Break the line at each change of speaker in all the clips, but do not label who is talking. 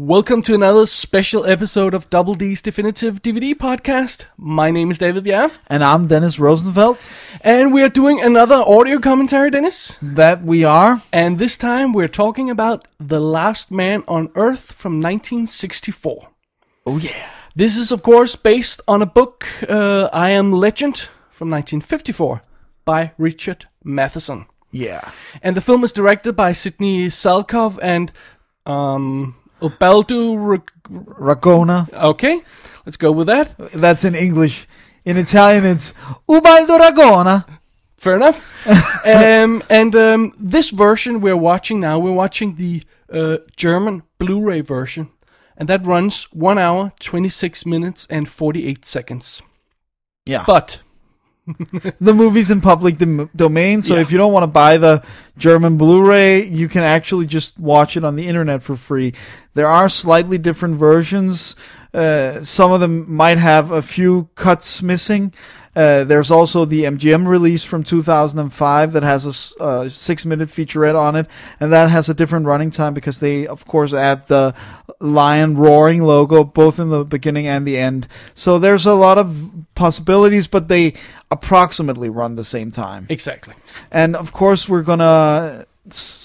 Welcome to another special episode of Double D's Definitive DVD Podcast. My name is David Bjerre,
And I'm Dennis Rosenfeld.
and we are doing another audio commentary, Dennis.
That we are.
And this time we're talking about The Last Man on Earth from 1964.
Oh, yeah.
This is, of course, based on a book, uh, I Am Legend, from 1954 by Richard Matheson.
Yeah.
And the film is directed by Sidney Salkov and um, Ubaldo. Rag-
Ragona.
okay, let's go with that.
That's in English. In Italian, it's Ubaldo Ragona.
Fair enough. um, and um, this version we're watching now, we're watching the uh, German Blu-ray version, and that runs one hour, twenty-six minutes, and forty-eight seconds.
Yeah.
But
the movie's in public dom- domain, so
Yeah.
if you don't want to buy the German Blu-ray, you can actually just watch it on the internet for free. There are slightly different versions. Uh, some of them might have a few cuts missing. Uh, there's also the MGM release from 2005 that has a s- uh, six-minute featurette on it, and that has a different running time because they, of course, add the lion roaring logo both in the beginning and the end. So there's a lot of possibilities, but they approximately run the same time.
exactly,
And of course, we're gonna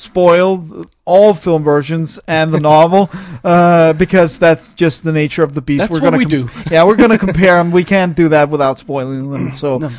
spoil all film versions and the novel uh, because that's just the nature of the beast.
That's
we're
what
gonna
we do.
yeah, we're gonna compare them. We can't do that without spoiling them. So.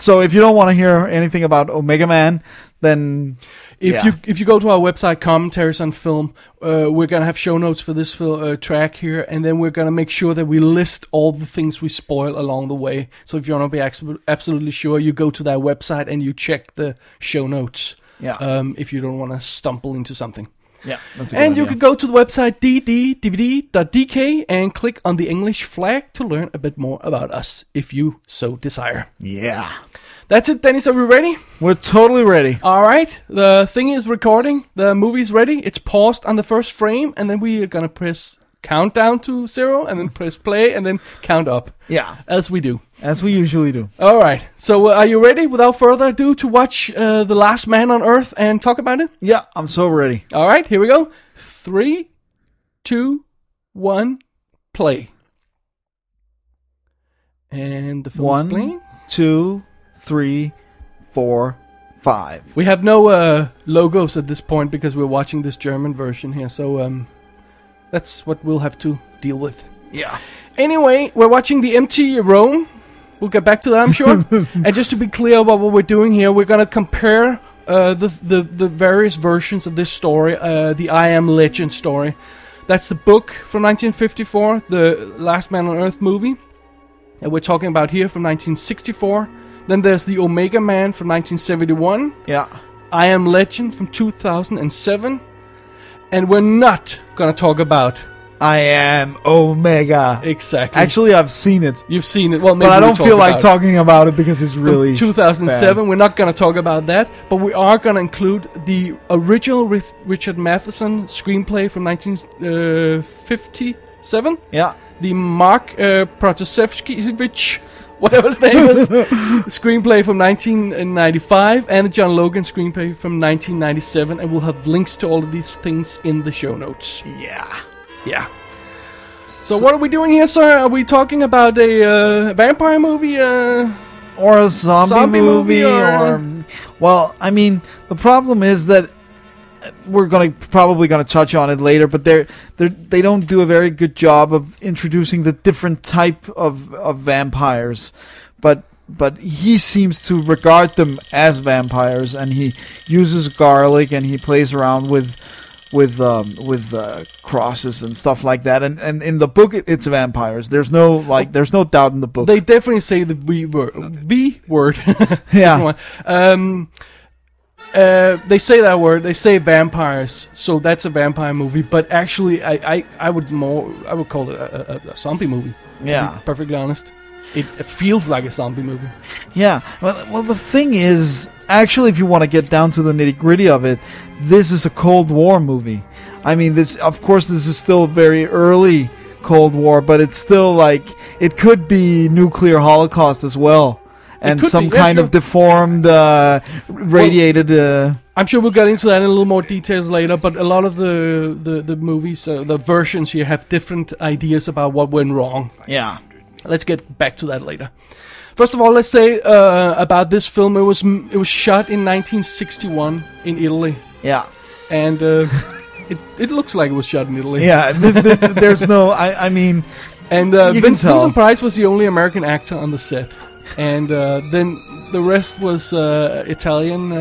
So if you don't want to hear anything about Omega Man, then
if
Yeah.
you if you go to our website, commentaries on film, uh, we're gonna have show notes for this fil- uh, track here, and then we're gonna make sure that we list all the things we spoil along the way. So if you wanna be abso- absolutely sure, you go to that website and you check the show notes.
yeah,
Um, if you don't want to stumble into something.
yeah, that's a good
And you
idea.
can go to the website dddvd.dk and click on the English flag to learn a bit more about us if you so desire.
yeah,
That's it, Dennis. Are we ready?
we're totally ready.
All right. The thing is recording. The movie's ready. It's paused on the first frame, and then we are going to press countdown to zero, and then press play, and then count up,
Yeah,
as we do.
as we usually do.
All right. So, uh, are you ready, without further ado, to watch uh, The Last Man on Earth and talk about it?
Yeah, I'm so ready.
All right, here we go. Three, two, one, play. And the film's
One.
playing.
Two, three, four, five.
We have no uh, logos at this point because we're watching this German version here, so um, that's what we'll have to deal with.
Yeah.
Anyway, we're watching the empty Rome. We'll get back to that, I'm sure. and just to be clear about what we're doing here, we're gonna compare uh, the, the the various versions of this story, uh, the I Am Legend story. That's the book from 1954, the Last Man on Earth movie, and we're talking about here from 1964. Then there's the Omega Man from 1971,
Yeah.
I Am Legend from 2007, and we're not gonna talk about
I am Omega.
exactly.
Actually, I've seen it,
You've seen it. Well, maybe
but I
we
don't
talk
feel like
about it.
talking about it because it's
From
really
2007. We're not going to talk about that, but we are going to include the original Rith- Richard Matheson screenplay from 1957.
Yeah.
The Mark uh, Protasevich, whatever his name is, screenplay from 1995, and the John Logan screenplay from 1997. And we'll have links to all of these things in the show notes.
Yeah.
Yeah. So, what are we doing here, sir? Are we talking about a uh, vampire movie? Uh,
Or a zombie,
Zombie movie
movie,
or-
or... well, I mean, the problem is that we're gonna probably gonna touch on it later, but they're they they don't do a very good job of introducing the different type of of vampires, but. But he seems to regard them as vampires, and he uses garlic, and he plays around with with um, with uh, crosses and stuff like that. And, and in the book, it- it's vampires. There's no like, there's no doubt in the book.
They definitely say the V word. V word.
yeah,
um, uh, they say that word. They say vampires. So that's a vampire movie. But actually, I, I, I would more I would call it a, a, a zombie movie. To
yeah.
be perfectly honest, it, it feels like a zombie movie.
Yeah. Well, well, the thing is, actually, if you want to get down to the nitty gritty of it, this is a Cold War movie. I mean, this, of course, this is still very early Cold War, but it's still like it could be nuclear holocaust as well. and
could
some
be, yeah,
kind
sure.
of deformed, uh, radiated. uh,
I'm sure we'll get into that in a little more details later, but a lot of the the, the movies, uh, the versions here have different ideas about what went wrong.
yeah,
Let's get back to that later. First of all, let's say uh, about this film. It was m- it was shot in 1961 in Italy,
yeah,
and uh, it it looks like it was shot in Italy.
yeah. th- th- there's no. I, I mean,
And uh,
You can
Vince,
tell.
Vincent Price was the only American actor on the set, and uh, then the rest was uh, Italian. Uh,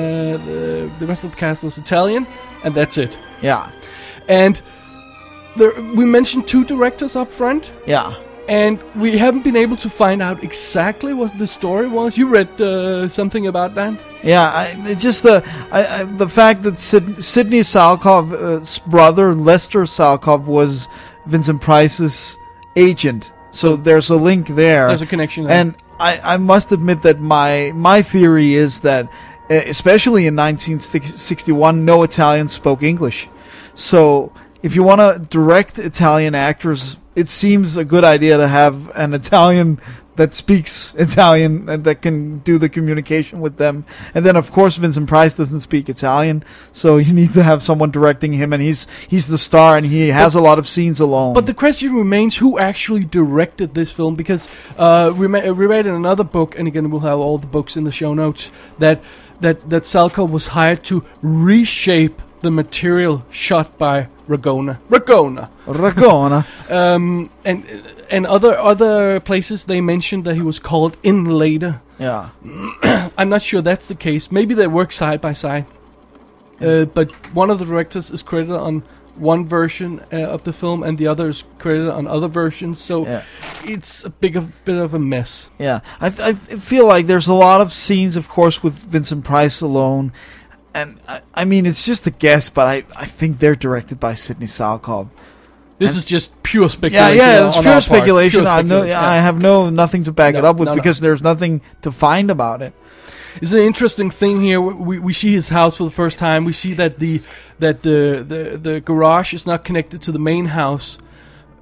the, the rest of the cast was Italian, and that's it.
yeah,
And there, we mentioned two directors up front,
yeah.
and we haven't been able to find out exactly what the story was. You read uh, something about that?
Yeah, I, it's just the I, I, the fact that Sid, Sidney Salkov's brother Lester Salkov was Vincent Price's agent, so there's a link there.
There's a connection. There.
and I, I must admit that my my theory is that, uh, especially in 1961, no Italian spoke English. So if you want to direct Italian actors, it seems a good idea to have an Italian that speaks Italian and that can do the communication with them. And then, of course, Vincent Price doesn't speak Italian, so you need to have someone directing him, and he's he's the star, and he has a lot of scenes alone.
But the question remains who actually directed this film because uh, we, ma- we read in another book, and again, we'll have all the books in the show notes, that, that, that Salco was hired to reshape the material shot by Ragona. Ragona!
Ragona,
Um, and, and other, other places they mentioned that he was called in later.
yeah,
I'm not sure that's the case. Maybe they work side by side. Uh, but one of the directors is credited on one version uh, of the film, and the other is credited on other versions. So
yeah.
it's a big of, bit of a mess.
Yeah, I, I feel like there's a lot of scenes, of course, with Vincent Price alone, and I, I mean it's just a guess, but I, I think they're directed by Sidney Salkov.
This
And-
is just pure
Yeah,
speculation.
yeah, it's
on
pure
our part.
speculation.
Pure
I know,
speculation,
I
yeah.
have no nothing to back it
No,
up with
no, no.
because there's nothing to find about it.
It's an interesting thing here. We, we see his house for the first time. We see that the that the, the the garage is not connected to the main house,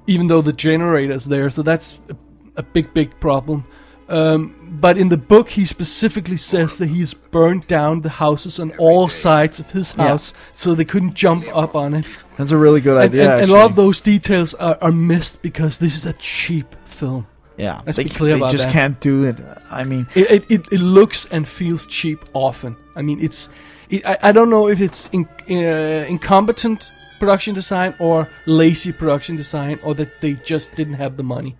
even though the generator is there. So that's a, a big big problem. Um, but in the book, he specifically says that he has burned down the houses on all sides of his
Yeah.
house, so they couldn't jump up on it.
That's a really good
And,
idea.
and, and a lot of
actually.
those details are, are missed because this is a cheap film.
yeah,
let's
they,
be clear
they
about
just
that.
can't do it. I mean,
It, it, it, it looks and feels cheap often. I mean, it's. It, I, I don't know if it's in, uh, incompetent production design or lazy production design or that they just didn't have the money.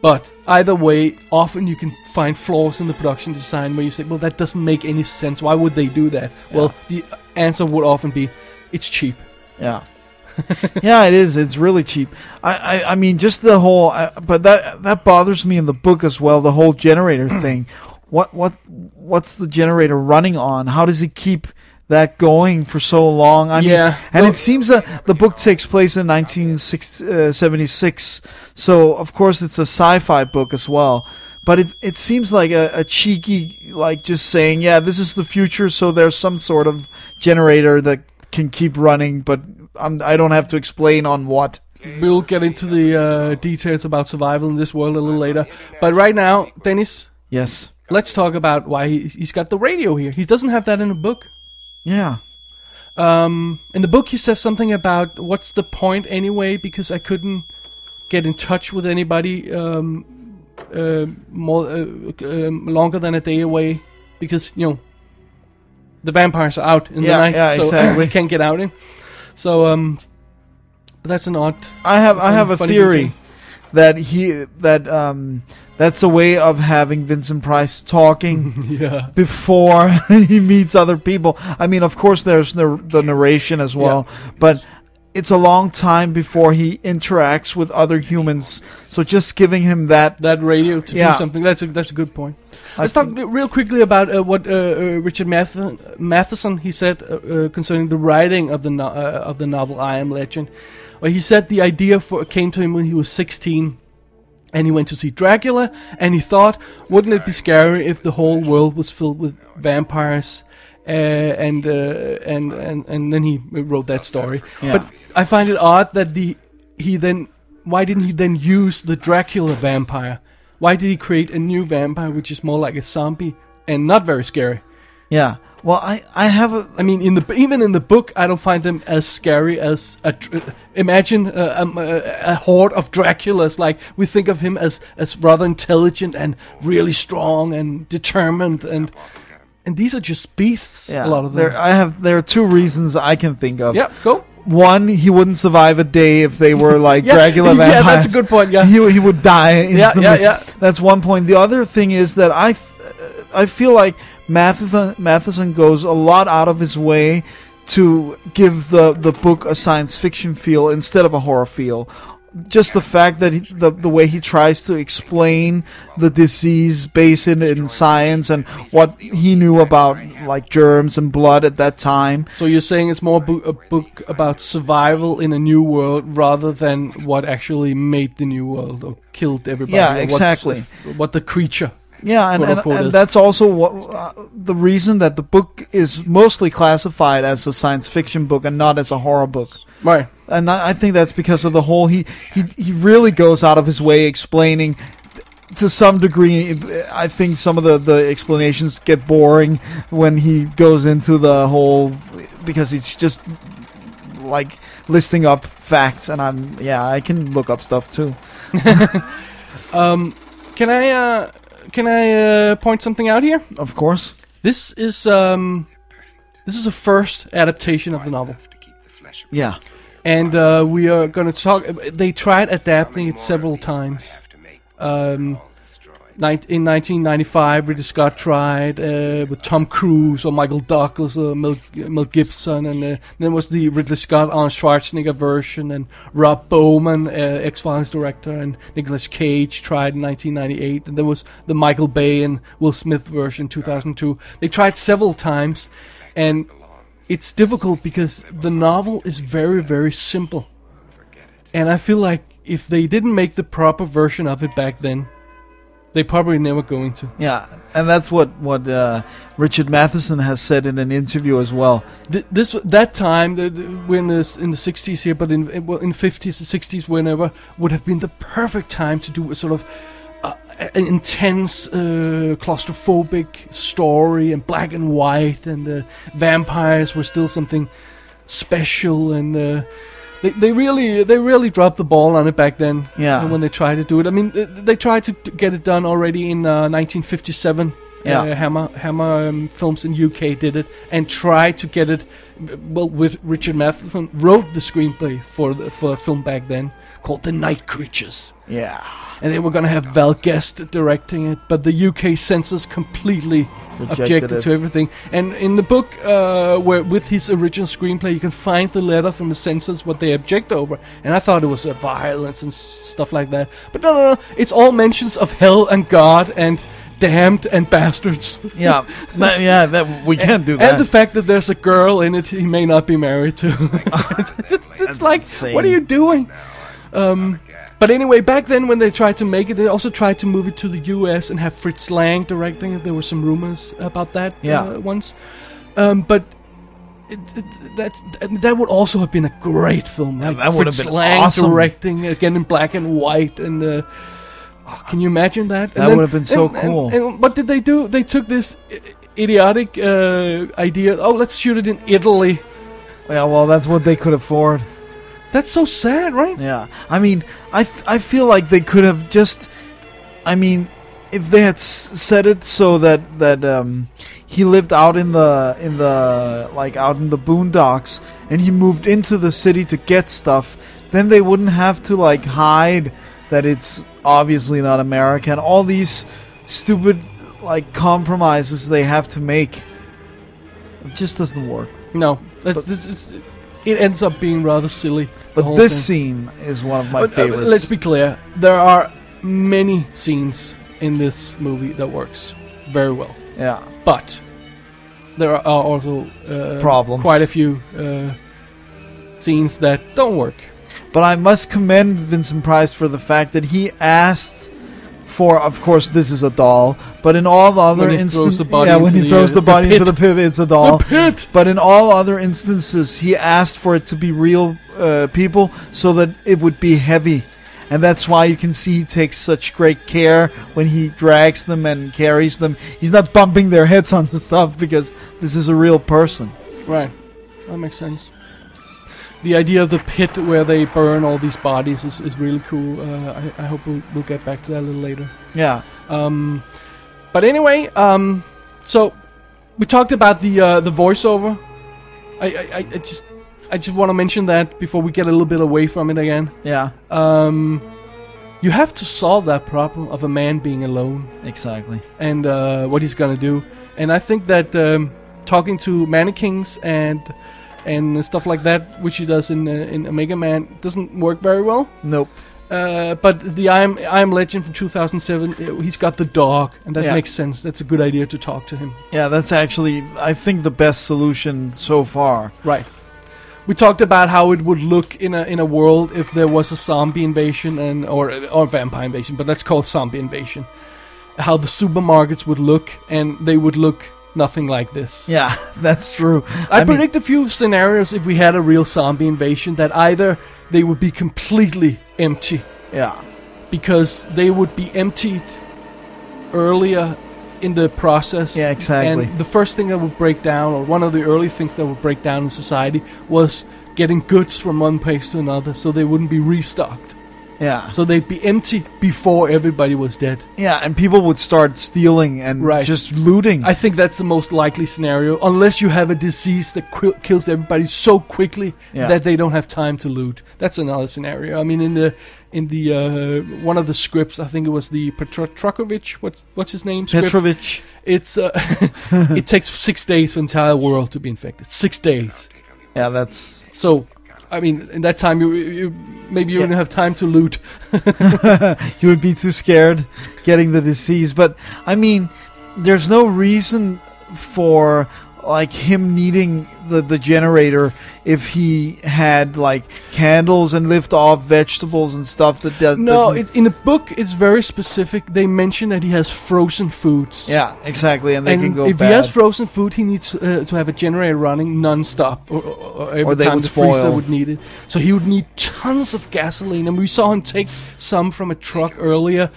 But either way, often you can find flaws in the production design where you say, well, that doesn't make any sense. Why would they do that? Well, the answer would often be, it's cheap.
Yeah. yeah, it is. It's really cheap. I, I, I mean, just the whole. I, but that that bothers me in the book as well. The whole generator thing. What what what's the generator running on? How does it keep that going for so long? I
Yeah.
mean, and
Well-
it seems that the book takes place in 1976, so of course it's a sci-fi book as well. But it it seems like a, a cheeky like just saying, yeah, this is the future, so there's some sort of generator that can keep running, but I'm, I don't have to explain on what.
We'll get into the uh, details about survival in this world a little later. But right now, Dennis,
Yes.
Let's talk about why he, he's got the radio here. He doesn't have that in the book.
Yeah.
Um, in the book, he says something about what's the point anyway, because I couldn't get in touch with anybody um, uh, more uh, um, longer than a day away, because you know the vampires are out in
Yeah,
the night,
yeah,
so
exactly.
can't get out in. So, um, but that's an odd.
I have I have a
Funny
theory
detail.
that he that um that's a way of having Vincent Price talking
Yeah.
before he meets other people. I mean, of course, there's the, the narration as well, but it's a long time before he interacts with other humans. So just giving him that,
that radio to do
Yeah.
something. That's a that's a good point.
I
Let's talk real quickly about uh, what uh, uh, Richard Matheson, Matheson he said uh, uh, concerning the writing of the no- uh, of the novel I Am Legend. Well, he said the idea for came to him when he was 16, and he went to see Dracula, and he thought, wouldn't it be scary if the whole world was filled with vampires? Uh, and, uh, and and and then he wrote that story.
Yeah.
But I find it odd that the he then why didn't he then use the Dracula vampire? Why did he create a new vampire which is more like a zombie and not very scary?
Yeah. Well, I I have a
I mean, in the even in the book, I don't find them as scary as a, dr- imagine uh, um, uh, a horde of Draculas. Like we think of him as as rather intelligent and really strong and determined, and and these are just beasts.
yeah,
a lot of
There
them.
I have there are two reasons I can think of.
Yeah, go.
One, he wouldn't survive a day if they were like
Yeah,
Dracula
yeah, that's
vampires.
a good point, yeah.
he, he would die
yeah,
instantly.
yeah.
That's one point. The other thing is that I, uh, I feel like Matheson Matheson goes a lot out of his way to give the the book a science fiction feel instead of a horror feel. Just the fact that he, the the way he tries to explain the disease based in, in science and what he knew about like germs and blood at that time.
So you're saying it's more bo- a book about survival in a new world rather than what actually made the new world or killed everybody.
Yeah,
or what's-
exactly.
What the creature.
Yeah, and,
quote,
and,
unquote,
and
is.
that's also what uh, the reason that the book is mostly classified as a science fiction book and not as a horror book.
Right.
And I I think that's because of the whole he he he really goes out of his way explaining. t- To some degree, I think some of the, the explanations get boring when he goes into the whole because it's just like listing up facts, and I'm yeah I can look up stuff too.
Um, can I uh, can I uh, point something out here?
Of course,
This is um, this is a first adaptation of the novel,
yeah,
and uh, we are going to talk. They tried adapting it several times. Um, Nin- In 1995, Ridley Scott tried uh, with Tom Cruise or Michael Douglas or Mel, Mel Gibson, and uh, then was the Ridley Scott Arnold Schwarzenegger version, and Rob Bowman, uh, X Files director, and Nicolas Cage tried in 1998, and there was the Michael Bay and Will Smith version 2002. They tried several times, and it's difficult because the novel is very, very simple. And I feel like if they didn't make the proper version of it back then, they probably never going to.
yeah, and that's what what uh, Richard Matheson has said in an interview as well.
Th- This that time, the, the, we're in the, s- in the 60s here, but in in- well, in 50s, 60s, whenever would have been the perfect time to do a sort of uh, an intense, uh, claustrophobic story and black and white, and uh, vampires were still something special, and uh, they they really they really dropped the ball on it back then.
Yeah.
And when they tried to do it, I mean, they, they tried to t- get it done already in uh, 1957.
Yeah.
Uh, Hammer Hammer um, Films in UK did it and tried to get it. b- Well, with Richard Matheson wrote the screenplay for the for a film back then called The Night Creatures,
Yeah,
and they were gonna have Val Guest directing it, but the UK censors completely objected to everything. And in the book, uh, where with his original screenplay, you can find the letter from the censors what they object over. And I thought it was uh, violence and s- stuff like that. But no, no, no. It's all mentions of hell and God and damned and bastards.
yeah, that, yeah. That we can't do that.
And the fact that there's a girl in it he may not be married to. it's it's- it's like,
insane.
what are you doing? Um, but anyway, back then when they tried to make it, they also tried to move it to the US and have Fritz Lang directing it. There were some rumors about that
Yeah.
uh, once. Um, but it, it, that's, that would also have been a great film.
Yeah,
like
that would have
Fritz
been
Lang
awesome.
directing again in black and white and. Uh, oh, can you imagine that? And
That would have been so
and- and-
cool.
and what did they do? They took this i- idiotic uh, idea. Oh, let's shoot it in Italy.
yeah, well, that's what they could afford.
That's so sad, right?
Yeah, I mean, I f- I feel like they could have just, I mean, if they had s- said it so that that um, he lived out in the in the like out in the boondocks and he moved into the city to get stuff, then they wouldn't have to like hide that it's obviously not America and all these stupid like compromises they have to make. It just doesn't work.
No, that's this is. It ends up being rather silly. the
But
whole
this
thing.
scene is one of my
But, uh,
favorites.
let's be clear. There are many scenes in this movie that works very well,
yeah.
but there are also uh,
Problems.
Quite a few uh, scenes that don't work.
But I must commend Vincent Price for the fact that he asked for, of course, this is a doll, but in all the other
When he throws
instances,
the body
yeah, when
into
he
the,
throws
uh,
the
the
body into
pit.
the pit, it's a doll.
The pit.
But in all other instances, he asked for it to be real uh, people so that it would be heavy. and that's why you can see he takes such great care when he drags them and carries them. He's not bumping their heads on the stuff because this is a real person.
Right. That makes sense. The idea of the pit where they burn all these bodies is, is really cool. Uh, I, I hope we'll, we'll get back to that a little later.
Yeah,
Um, but anyway, um, so we talked about the uh, the voiceover. I, I, I- I just I just want to mention that before we get a little bit away from it again.
yeah,
Um, you have to solve that problem of a man being alone
exactly.
and uh, what he's gonna do. And I think that um, talking to mannequins and and stuff like that, which he does in uh, in Omega Man, doesn't work very well.
Nope.
Uh, but the I am I am Legend from 2007, uh, he's got the dog, and that
Yeah.
makes sense. That's a good idea to talk to him.
Yeah, that's actually I think the best solution so far.
Right. We talked about how it would look in a in a world if there was a zombie invasion and or or vampire invasion, but let's call it zombie invasion. How the supermarkets would look, and they would look nothing like this.
Yeah, that's true.
I,
mean-
predict a few scenarios if we had a real zombie invasion that either they would be completely empty
yeah,
because they would be emptied earlier in the process.
yeah, exactly.
And the first thing that would break down, or one of the early things that would break down in society, was getting goods from one place to another so they wouldn't be restocked.
yeah,
So they'd be empty before everybody was dead.
yeah, and people would start stealing and
Right.
just looting.
I think that's the most likely scenario, unless you have a disease that qui- kills everybody so quickly
Yeah.
that they don't have time to loot. That's another scenario. I mean, in the in the uh, one of the scripts, I think it was the Petro- Trokovich. What's what's his name? Script.
Petrovich.
It's uh, it takes six days for the entire world to be infected. Six days.
Yeah, that's
So, I mean, in that time, you, you maybe you
Yeah.
wouldn't have time to loot.
you would be too scared getting the disease. But I mean, there's no reason for like him needing the, the generator if he had like candles and lived off vegetables and stuff that does
No, it, in the book, it's very specific. They mention that he has frozen foods.
yeah exactly and they
and
can go
if
bad.
he has frozen food, he needs uh, to have a generator running non-stop, or, or, or every
Or they
time
would
the freezer
spoil.
would need it. So he would need tons of gasoline, and we saw him take some from a truck earlier.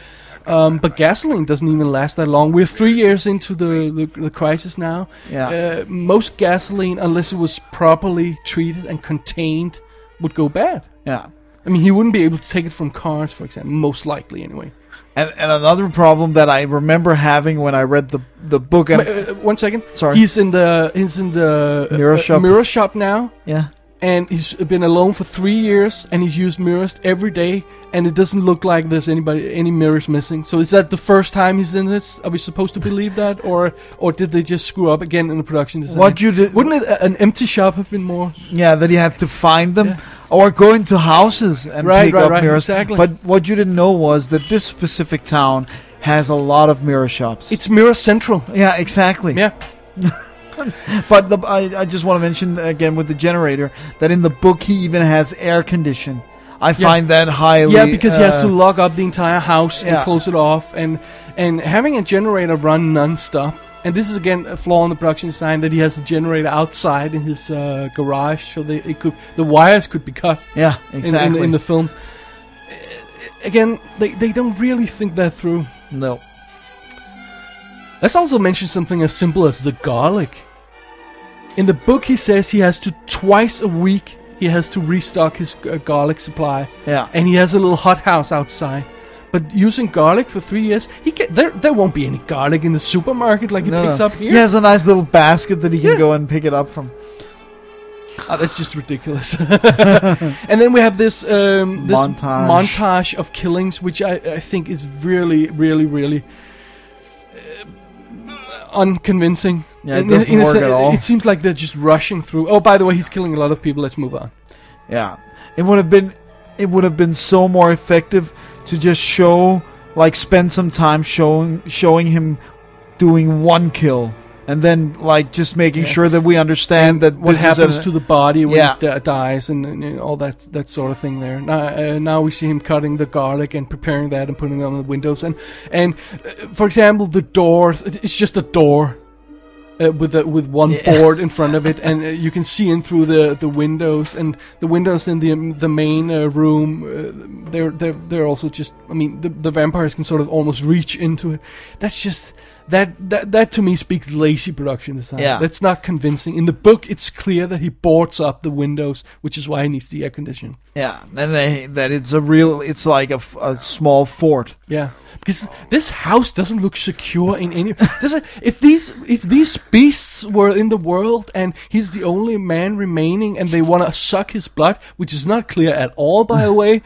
Um, but gasoline doesn't even last that long. We're three years into the the, the crisis now.
Yeah.
Uh, most gasoline, unless it was properly treated and contained, would go bad.
yeah
I mean, he wouldn't be able to take it from cars, for example, most likely anyway.
and, and another problem that I remember having when I read the the book and
Uh, one second.
Sorry.
He's in the he's in the uh,
Mirror
uh,
shop.
mirror shop now.
yeah
and he's been alone for three years and he's used mirrors every day and it doesn't look like there's anybody any mirrors missing so is that the first time he's in this are we supposed to believe that or or did they just screw up again in the production design
what you did
wouldn't it, an empty shop have been more
Yeah, that you have to find them
Yeah.
or go into houses and
Right,
pick
right,
up
right,
mirrors.
exactly.
But what you didn't know was that this specific town has a lot of mirror shops.
it's mirror central
yeah, exactly.
yeah
But the, I, I just want to mention again with the generator that in the book he even has air condition. I find that highly.
yeah because he has
uh,
to lock up the entire house and
yeah.
close it off and and having a generator run non-stop and this is again a flaw in the production design that he has a generator outside in his uh, garage so they it could the wires could be cut
Yeah,
in- in,
exactly.
in, the film. Uh, Again, they, they don't really think that through.
no.
Let's also mention something as simple as the garlic. In the book, he says he has to twice a week he has to restock his uh, garlic supply,
Yeah.
and he has a little hothouse outside. But using garlic for three years, he ca there there won't be any garlic in the supermarket like he
No,
picks
no.
up here.
He has a nice little basket that he can
Yeah.
go and pick it up from.
Oh, that's just ridiculous. and then we have this um, this
Montage.
montage of killings, which I, I think is really, really, really uh, unconvincing.
Yeah, it doesn't
a
work
sen-
at all.
It seems like they're just rushing through. Oh, by the way, he's killing a lot of people. Let's move on.
Yeah, it would have been it would have been so more effective to just show like spend some time showing showing him doing one kill and then like just making
Yeah.
sure that we understand that
What
this
happens
is
to the body when
Yeah.
it uh, dies and, and, and all that that sort of thing there. Now, uh, now we see him cutting the garlic and preparing that and putting it on the windows. And, and uh, for example, the doors. it- It's just a door. uh, with a, with one board in front of it, and uh, you can see in through the, the windows and the windows in the um, the main uh, room. Uh, they're they're they're also just. I mean, the the vampires can sort of almost reach into it. That's just. That, that that to me speaks lazy production design.
Yeah.
That's not convincing. In the book, it's clear that he boards up the windows, which is why he needs the air conditioning.
Yeah, and they, that it's a real, it's like a, f- a small fort.
Yeah, because this house doesn't look secure in any. Does it, if these if these beasts were in the world and he's the only man remaining and they want to suck his blood, which is not clear at all, by the way.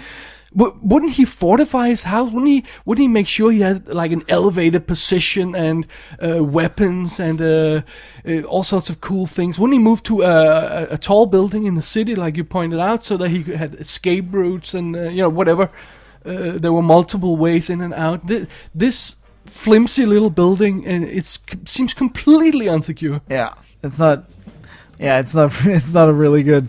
W- wouldn't he fortify his house? Wouldn't he? Wouldn't he make sure he had like an elevated position and uh, weapons and uh, uh, all sorts of cool things? Wouldn't he move to a, a, a tall building in the city, like you pointed out, so that he could- had escape routes and uh, you know whatever? uh, there were multiple ways in and out. This, this flimsy little building, and it seems completely unsecure.
Yeah, it's not. Yeah, it's not. It's not a really good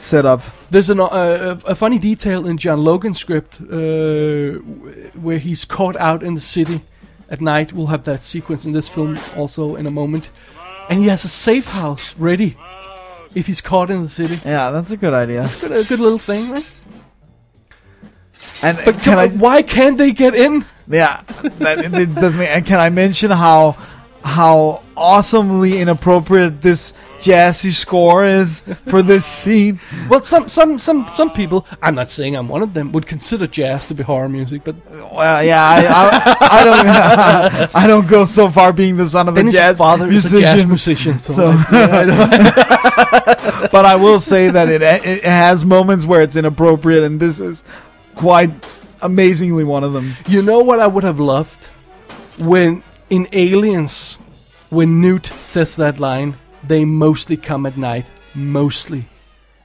setup.
There's an, uh, a, a funny detail in John Logan's script uh, w- where he's caught out in the city at night. We'll have that sequence in this film also in a moment, and he has a safe house ready if he's caught in the city.
Yeah, that's a good idea.
Good, a good little thing, right?
And can I?
Why can't they get in?
Yeah, that, it- it does mean. And can I mention how how awesomely inappropriate this jazzy score is for this scene?
Well, some some some some people. I'm not saying I'm one of them. Would consider jazz to be horror music, but
Well, yeah, I, I, I don't. I don't go so far being the son of a
Dennis's
jazz
father
musician.
is a jazz musician, so,
So-
like, yeah, I know.
but I will say that it it has moments where it's inappropriate, and this is quite amazingly one of them.
you know what I would have loved when in Aliens, when Newt says that line, they mostly come at night, mostly,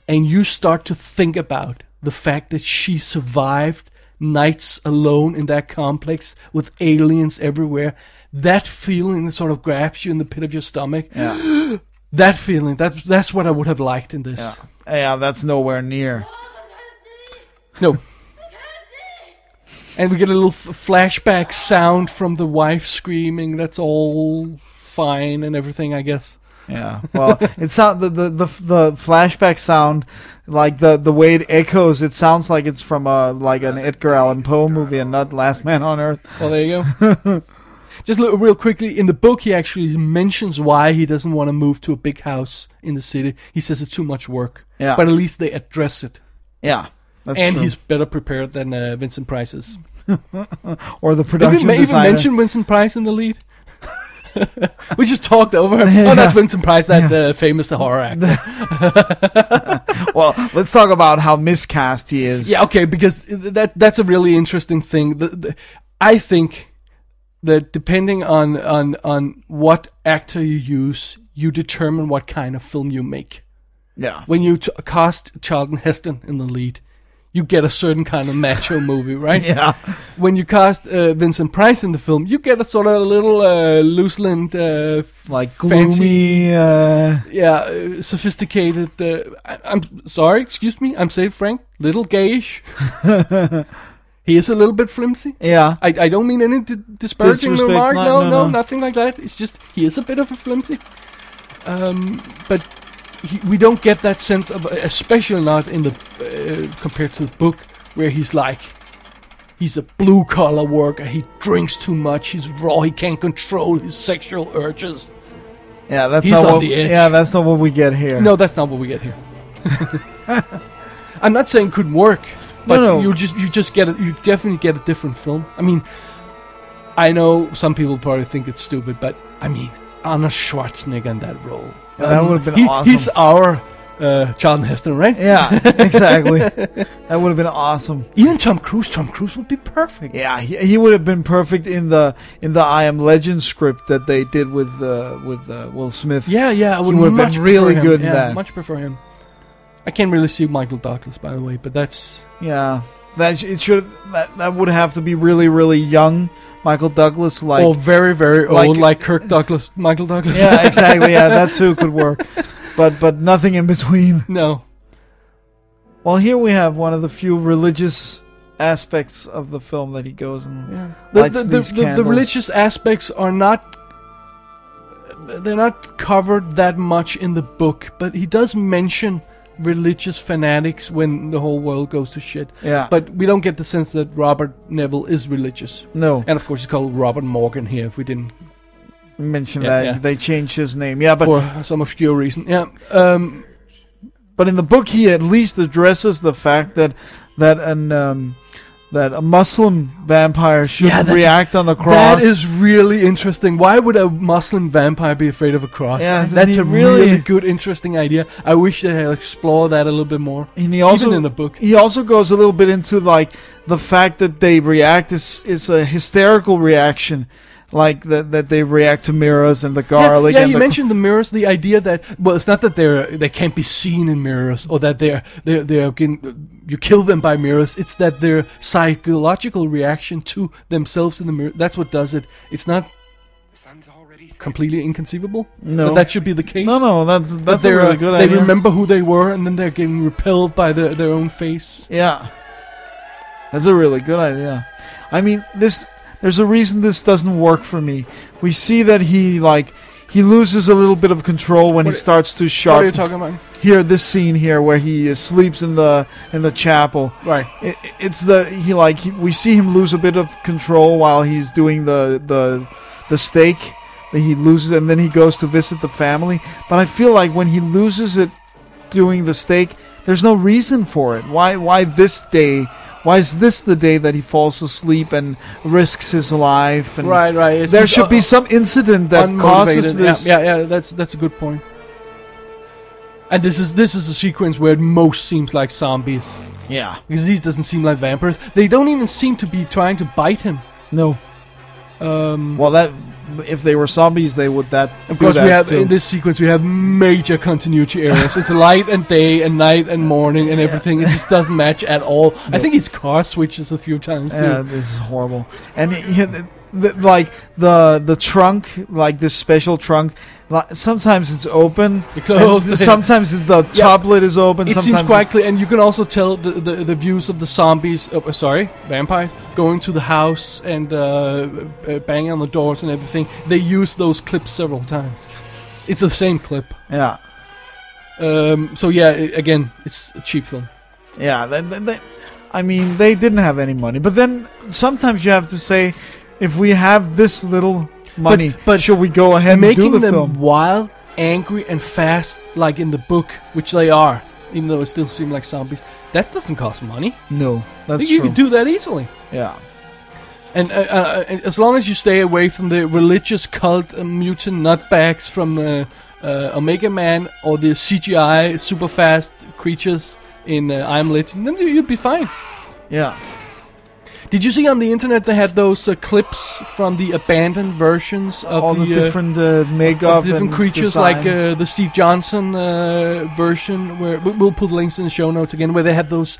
and you start to think about the fact that she survived nights alone in that complex with aliens everywhere. That feeling that sort of grabs you in the pit of your stomach.
Yeah,
That feeling. That's that's what I would have liked in this.
yeah, yeah that's nowhere near.
No. And we get a little f- flashback sound from the wife screaming. That's all fine and everything, I guess.
Yeah, well, it sound the, the the the flashback sound, like the the way it echoes, it sounds like it's from a like an Edgar Allan Poe movie and not Last Man on Earth.
Well, there you go. Just look real quickly in the book, he actually mentions why he doesn't want to move to a big house in the city. He says it's too much work.
Yeah.
But at least they address it,
Yeah, that's
and
true.
he's better prepared than uh, Vincent Price is.
or the
Did we
production
ma- even
designer.
mention Vincent Price in the lead? we just talked over him. Oh, that's Vincent Price, that uh, famous horror actor.
well, let's talk about how miscast he is.
Yeah, okay, because that that's a really interesting thing. The, the, I think that depending on, on on what actor you use, you determine what kind of film you make.
yeah,
When you t- cast Charlton Heston in the lead, you get a certain kind of macho movie, right?
yeah.
When you cast uh, Vincent Price in the film, you get a sort of a little uh, loose-limbed, uh, f-
like
fancy-
gloomy. Uh,
yeah, uh, sophisticated. Uh, I, I'm sorry, excuse me. I'm saying Frank, little gayish. he is a little bit flimsy.
yeah,
I, I don't mean any d- disparaging
Disrespect,
remark.
no,
No no,
no, no.
nothing like that. It's just he is a bit of a flimsy. Um, but he, we don't get that sense of, especially not in the uh, compared to the book, where he's like, he's a blue collar worker. He drinks too much. He's raw. He can't control his sexual urges.
yeah. That's
He's
not
on
what.
the edge.
Yeah, that's not what we get here.
No, that's not what we get here. I'm not saying it couldn't work, but
no.
you just you just get it. You definitely get a different film. I mean, I know some people probably think it's stupid, but I mean, Arnold Schwarzenegger in that role.
Yeah, that would've been
he-
awesome.
He's our uh, Charlton Heston, right?
Yeah, exactly. that would have been awesome.
Even Tom Cruise. Tom Cruise would be perfect.
Yeah, he, he would have been perfect in the in the I Am Legend script that they did with uh, with uh, Will Smith.
Yeah, yeah. I would
would've been
much prefer
really
him.
good in
yeah,
that.
Much prefer him. I can't really see Michael Douglas, by the way, but that's
yeah. That sh- it should that that would have to be really really young Michael Douglas like.
or very, very
like-
old, like Kirk Douglas, Michael Douglas.
yeah, exactly. Yeah, that too could work, but but nothing in between.
no,
Well, here we have one of the few religious aspects of the film that he goes and
The,
Lights
the, the,
these
the, the
candles.
religious aspects are not they're not covered that much in the book, but he does mention religious fanatics when the whole world goes to shit.
Yeah.
But we don't get the sense that Robert Neville is religious.
No,
And of course, he's called Robert Morgan here. If we didn't
mention
Yeah,
that
yeah.
they changed his name. Yeah, but
for some obscure reason, yeah. Um,
but in the book he at least addresses the fact that that an um, that a Muslim vampire should
Yeah, that's-
react on the cross.
that is really interesting. Why would a Muslim vampire be afraid of a cross?
Yeah, isn't
that's
he
a
really-
really... good, interesting idea. I wish they had explored that a little bit more,
and he also
even in the book.
he also goes a little bit into like the fact that they react is is a hysterical reaction, like that that they react to mirrors and the garlic.
Yeah, yeah
and
you
the,
mentioned the mirrors. The idea that well, it's not that they're they can't be seen in mirrors, or that they're they're they're getting, you kill them by mirrors. It's that their psychological reaction to themselves in the mirror. That's what does it. It's not completely inconceivable.
No.
but that should be the case.
No, no, that's
That
that's a
they're, uh,
really good
they
idea.
remember who they were, and then they're getting repelled by their their own face.
Yeah. That's a really good idea. I mean, this there's a reason this doesn't work for me. We see that he like he loses a little bit of control when he
What-
starts
What
to
are you
sharp.
talking about?
here, this scene here where he uh, sleeps in the in the chapel.
Right.
It, it's the he like he, we see him lose a bit of control while he's doing the the the stake that he loses, and then he goes to visit the family. But I feel like when he loses it doing the stake, there's no reason for it. Why why this day? Why is this the day that he falls asleep and risks his life? And
Right. Right. It's
there
just uh,
should
un-
be some incident that causes
unmotivated.
this.
Yeah, yeah, yeah, that's that's a good point. And this is this is a sequence where it most seems like zombies
yeah.
because these doesn't seem like vampires. They don't even seem to be trying to bite him.
No.
Um,
Well, that if they were zombies, they would that.
of
do
course,
that
we have
too.
in this sequence we have major continuity errors. it's light and day and night and morning and everything. It just doesn't match at all. I think his car switches a few times too.
Yeah, this is horrible. And it- yeah, the, the, like the the trunk, like this special trunk. Like, sometimes it's open.
You close
and
it.
Sometimes it's the
Yeah.
top lid is open.
It
sometimes
seems quite
it's-
clear, and you can also tell the, the, the views of the zombies, uh, sorry, vampires, going to the house and uh, uh, banging on the doors and everything. They use those clips several times. It's the same clip.
Yeah,
Um, so, yeah, i again, it's a cheap film.
yeah. They, they- they- I mean, they didn't have any money. But then sometimes you have to say, if we have this little money,
but
should we go ahead and do
Making
the
them
film?
wild, angry, and fast, like in the book, which they are, even though it still seem like zombies, that doesn't cost money.
No,
I
that's
think you
true.
can do that easily.
yeah,
And uh, uh, uh, as long as you stay away from the religious cult uh, mutant nutbags from the uh, Omega Man or the CGI super fast creatures in uh, I'm Legend, then you- you'd be fine.
yeah.
Did you see on the internet they had those uh, clips from the abandoned versions of
All the,
the, uh,
different uh, makeup,
of different
and
creatures like
designs.
uh, the Steve Johnson uh, version, where we- we'll put links in the show notes again, where they have those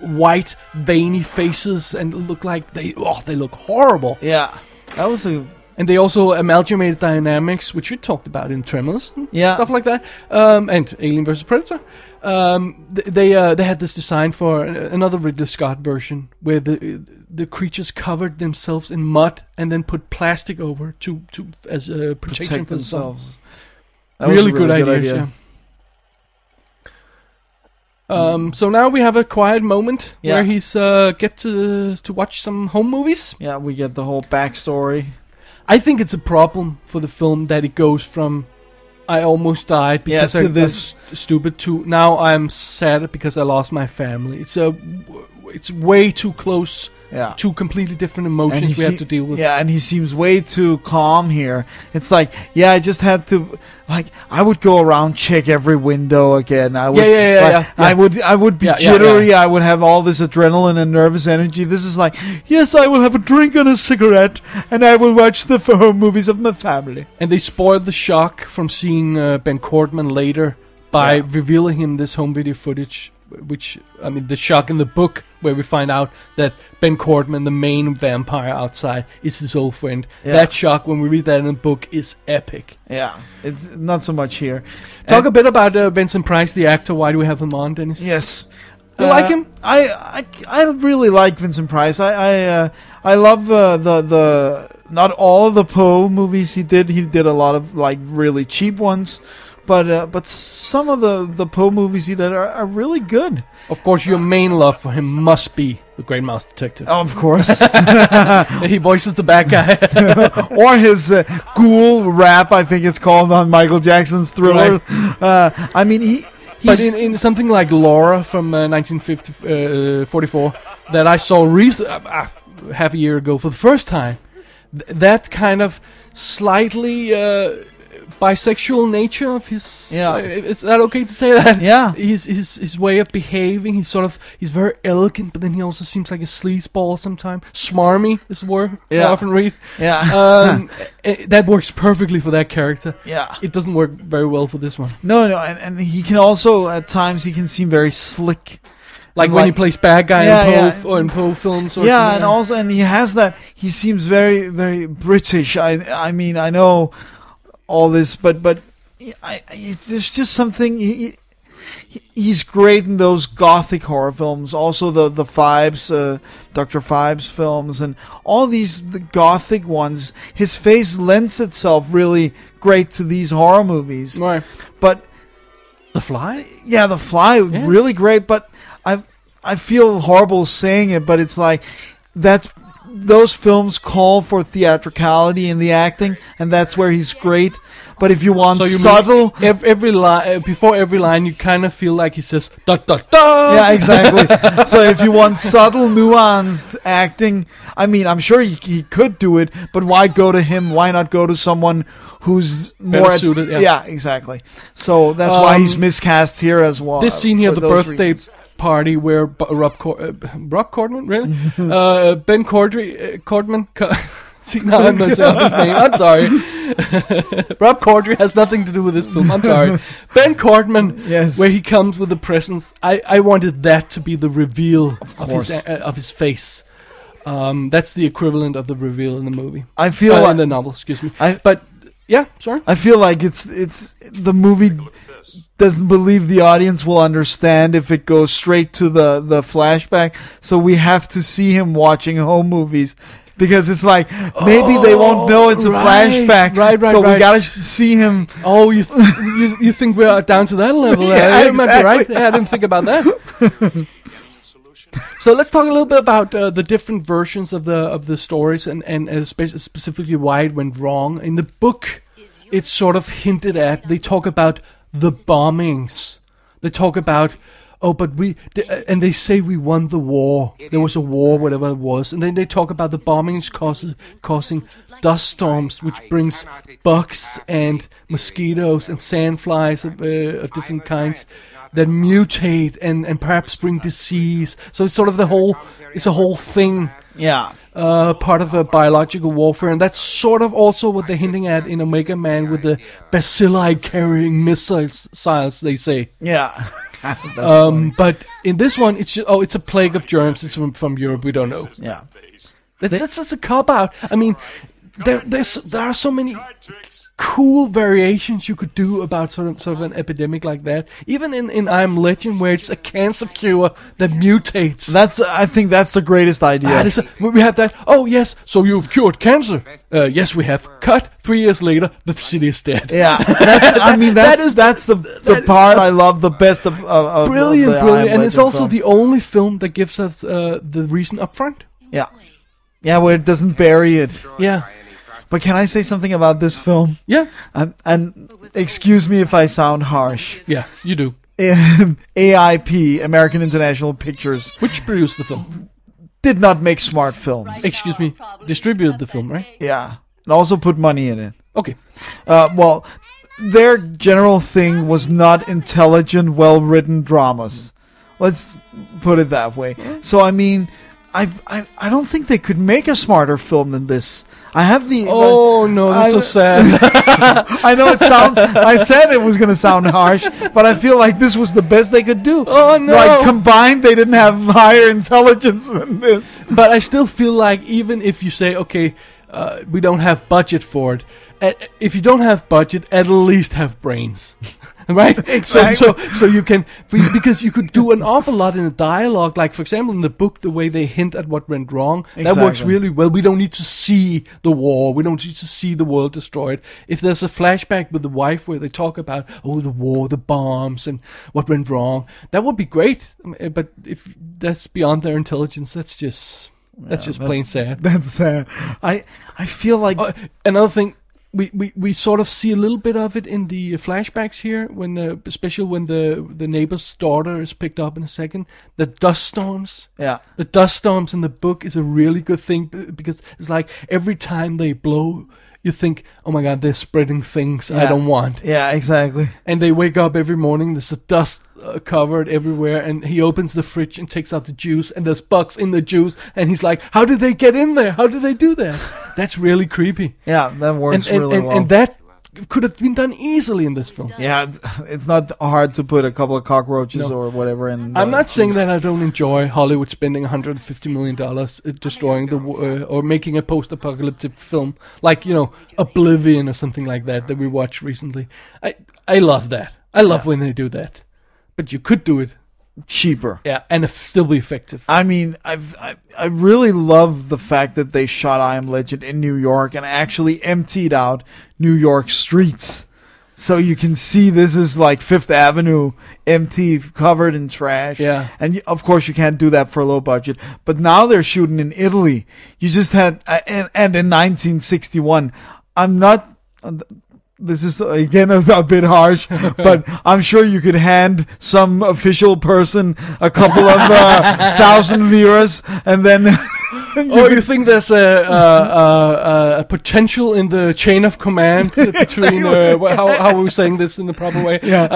white veiny faces and look like they oh they look horrible.
yeah. That was a
And they also amalgamated dynamics, which we talked about in Tremors, and
yeah.
stuff like that, um, and Alien vs Predator. Um, th- they uh, they had this design for an- another Ridley Scott version, where the the creatures covered themselves in mud and then put plastic over to to as a protection
protect
for the sun.
themselves.
really, good, ideas. Yeah. Um, so now we have a quiet moment
Yeah.
where he's uh, get to to watch some home movies.
Yeah, we get the whole backstory.
I think it's a problem for the film that it goes from I almost died
Yeah,
because
to
I was
this-
st- stupid to now I'm sad because I lost my family. It's a it's way too close
Yeah.
two completely different
And
emotions we
se-
have to deal with.
Yeah, and he seems way too calm here. It's like, yeah, I just had to, like, I would go around check every window again. I would,
Yeah, yeah, yeah,
like,
yeah, yeah.
I would, I would be
Yeah, yeah,
jittery. I would have all this adrenaline and nervous energy. This is like, yes, I will have a drink and a cigarette, and I will watch the home movies of my family.
And they spoiled the shock from seeing uh, Ben Cordman later by
Yeah.
revealing him this home video footage, which I mean the shock in the book where we find out that Ben Cordman, the main vampire outside, is his old friend.
Yeah.
That shock when we read that in the book is epic.
Yeah, it's not so much here.
Talk a bit about uh, Vincent Price, the actor. Why do we have him on, Dennis?
Yes.
You like him?
I, I I really like Vincent Price. I I, uh, I love uh, the the not all of the Poe movies he did. He did a lot of like really cheap ones, but uh, but some of the the Poe movies he did are, are really good.
Of course, your main love for him must be the Great Mouse Detective.
Of course, Oh.
He voices the bad guy.
or his uh, ghoul rap, I think it's called on Michael Jackson's Thriller. Uh, I mean, he.
but in,
He's,
in something like Laura from uh, 1944 that I saw recent, uh, uh, half a year ago for the first time, th- that kind of slightly uh, bisexual nature of his.
Yeah.
uh, is that okay to say that?
yeah,
his his his way of behaving. He's sort of he's very elegant, but then he also seems like a sleazeball sometimes. Smarmy is the word
Yeah.
I often read.
yeah,
Um, eh, that works perfectly for that character.
yeah.
It doesn't work very well for this one.
No, no, and, and he can also at times he can seem very slick.
Like
And
when
like-
he plays bad guy
Yeah,
in Poe
yeah.
f- or in Poe films. Or
yeah,
something,
and also and he has that. He seems very very British. I I mean I know all this, but but I, I- it's, there's just something. He, he- he's great in those gothic horror films. Also the the Fibes, uh, Doctor Fibes films, and all these the gothic ones. His face lends itself really great to these horror movies.
Right.
But
The Fly.
yeah, The Fly
Yeah.
really great, but I I feel horrible saying it, but it's like that's those films call for theatricality in the acting, and that's where he's great. But if you want
So you mean-
subtle,
Ev- every line before every line, you kind of feel like he says dot dot dot.
yeah, exactly. so if you want subtle, nuanced acting, I mean, I'm sure he, he could do it, but why go to him? Why not go to someone who's more at-
suited, yeah.
exactly. So that's why
Um,
he's miscast here as well.
this scene here,
Uh, for
the
those
birthday
reasons.
party where B- Rob, Cor- uh, Rob Cordman, really? uh, ben Cordry, uh, Cordman. Co- See, now I'm messing up his name. I'm sorry. Rob Corddry has nothing to do with this film. I'm sorry. Ben Cordman,
Yes.
where he comes with the presents. I, I wanted that to be the reveal of,
course.
his, uh, of his face. Um, that's the equivalent of the reveal in the movie.
I feel
Uh,
like-
in the novel, excuse me.
I-
but, yeah, sorry.
I feel like it's it's the movie doesn't believe the audience will understand if it goes straight to the the flashback. So we have to see him watching home movies because it's like maybe they won't know it's a
Oh, right,
flashback.
right, right,
So we
right.
gotta s- see him.
Oh, you, th- you you think we are down to that level?
Yeah,
yeah, I might be right.
exactly.
Yeah, I didn't think about that. so let's talk a little bit about uh, the different versions of the of the stories and and uh, spe- specifically why it went wrong. In the book, it's sort of hinted at. They talk about the bombings. They talk about. Oh, but we th- uh, and they say we won the war. There was a war, whatever it was, and then they talk about the bombings causes causing dust storms, which brings bugs and mosquitoes and sandflies of, uh, of different kinds that mutate and, and perhaps bring disease. So it's sort of the whole it's a whole thing
Yeah,
uh, part of a biological warfare, and that's sort of also what they're hinting at in Omega Man with the bacilli carrying missiles, siles, they say.
yeah.
Um, but in this one, it's ju- oh, it's a plague of germs. It's from, from Europe. We don't know.
Yeah.
That's that's, that's a cop out. I mean, there there's, there are so many cool variations you could do about sort of sort of an epidemic like that. Even in in I Am Legend, where it's a cancer cure that mutates.
That's I think that's the greatest idea.
Ah, this- we we have that. Oh yes, so you've cured cancer. Uh, yes, we have. Cut. Three years later, the city is dead.
yeah, that's, I mean that's
is-
that's the the part I love the best of, of, of
Brilliant,
of the I Am
brilliant, and it's
Legend
also
film.
the only film that gives us uh, the reason up front.
yeah yeah where it doesn't bury it.
Yeah,
But can I say something about this film?
yeah,
Um, and excuse me if I sound harsh.
yeah. You do.
AIP, American International Pictures,
Which produced the film?
did not make smart films.
Excuse me. Distributed the film, right?
Yeah. And also put money in it.
Okay.
Uh, well, their general thing was not intelligent, well written dramas. Let's put it that way. So, I mean. I, I, I don't think they could make a smarter film than this. I have the
Oh no, that's so
I-
sad.
I know it sounds. I said it was going to sound harsh, but I feel like this was the best they could do.
Oh, no.
Like combined, they didn't have higher intelligence than this.
but I still feel like even if you say, okay, uh, we don't have budget for it, a- if you don't have budget, at least have brains. right?
Exactly.
So, so so you can be- because you could do an awful lot in a dialogue. Like for example, in the book, the way they hint at what went wrong that works
Exactly.
really well. We don't need to see the war. We don't need to see the world destroyed. If there's a flashback with the wife where they talk about oh the war, the bombs, and what went wrong, that would be great. Um, eh, But if that's beyond their intelligence, that's just that's just plain sad.
That's uh, I I feel like
Uh, another thing we, we, we sort of see a little bit of it in the flashbacks here when uh, especially when the the neighbor's daughter is picked up in a second the dust storms
yeah.
the dust storms in the book is a really good thing b- because it's like every time they blow you think oh my god they're spreading things i
Yeah.
don't want
Yeah, exactly.
and they wake up every morning there's a dust uh, covered everywhere and he opens the fridge and takes out the juice and there's bugs in the juice and he's like how did they get in there how did they do that that's really creepy
Yeah, that
and,
works
and,
really
and,
well.
and that could have been done easily in this film.
yeah, it's not hard to put a couple of cockroaches
No.
or whatever in.
I'm
the-
not saying that I don't enjoy Hollywood spending 150 million dollars destroying the wo- uh, or making a post-apocalyptic film like you know Oblivion or something like that that we watched recently. I I love that. I love when they do that. But you could do it,
cheaper.
yeah, and it still be effective.
I mean, I've, I I really love the fact that they shot I Am Legend in New York and actually emptied out New York streets, so you can see this is like Fifth Avenue, empty, covered in trash.
Yeah.
and y- of course you can't do that for a low budget. But now they're shooting in Italy. You just had uh, and, and in 1961, I'm not. This is again a, a bit harsh, but I'm sure you could hand some official person a couple of uh, thousand liras, and then
oh, you think there's a, a, a, a potential in the chain of command between uh, wh- how how are we saying this in the proper way?
yeah,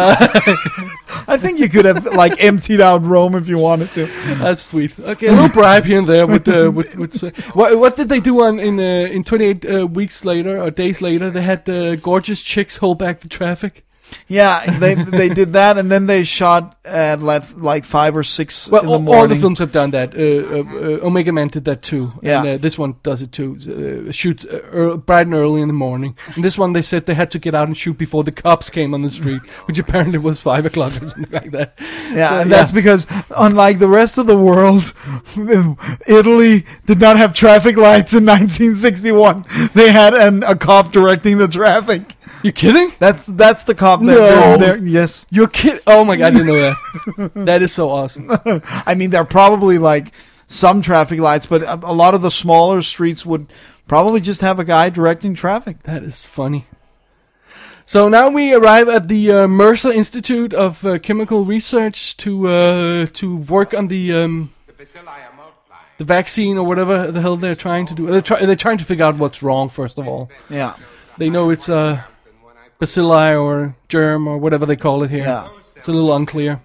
I think you could have like emptied out Rome if you wanted to.
That's sweet. Okay, a little bribe here and there with uh, with, with uh, what, what did they do on in uh, in 28 uh, weeks later or days later? They had the gorgeous chicks hold back the traffic.
Yeah, they they did that, and then they shot at like, like five or six
Well,
in the
all,
morning.
all the films have done that. Uh, uh, uh, Omega Man did that too, and
Yeah.
uh, this one does it too. Uh, shoot uh, ear- bright and early in the morning. And this one, they said they had to get out and shoot before the cops came on the street, which apparently was five o'clock or something like that.
Yeah,
So,
and that's because unlike the rest of the world, Italy did not have traffic lights in 1961. They had an, a cop directing the traffic.
you kidding?
That's that's the cop. That
No.
they're- they're- yes,
You're kidding? Oh my god, I didn't know that. that is so awesome.
I mean there are probably like some traffic lights, but a, a lot of the smaller streets would probably just have a guy directing traffic.
That is funny. So now we arrive at the uh, Mercer Institute of uh, Chemical Research to uh, to work on the um, the vaccine or whatever the hell they're trying to do. They're, try- they're trying to figure out what's wrong first of all.
Yeah,
They know it's a bacilli or germ or whatever they call it here.
Yeah.
It's a little unclear.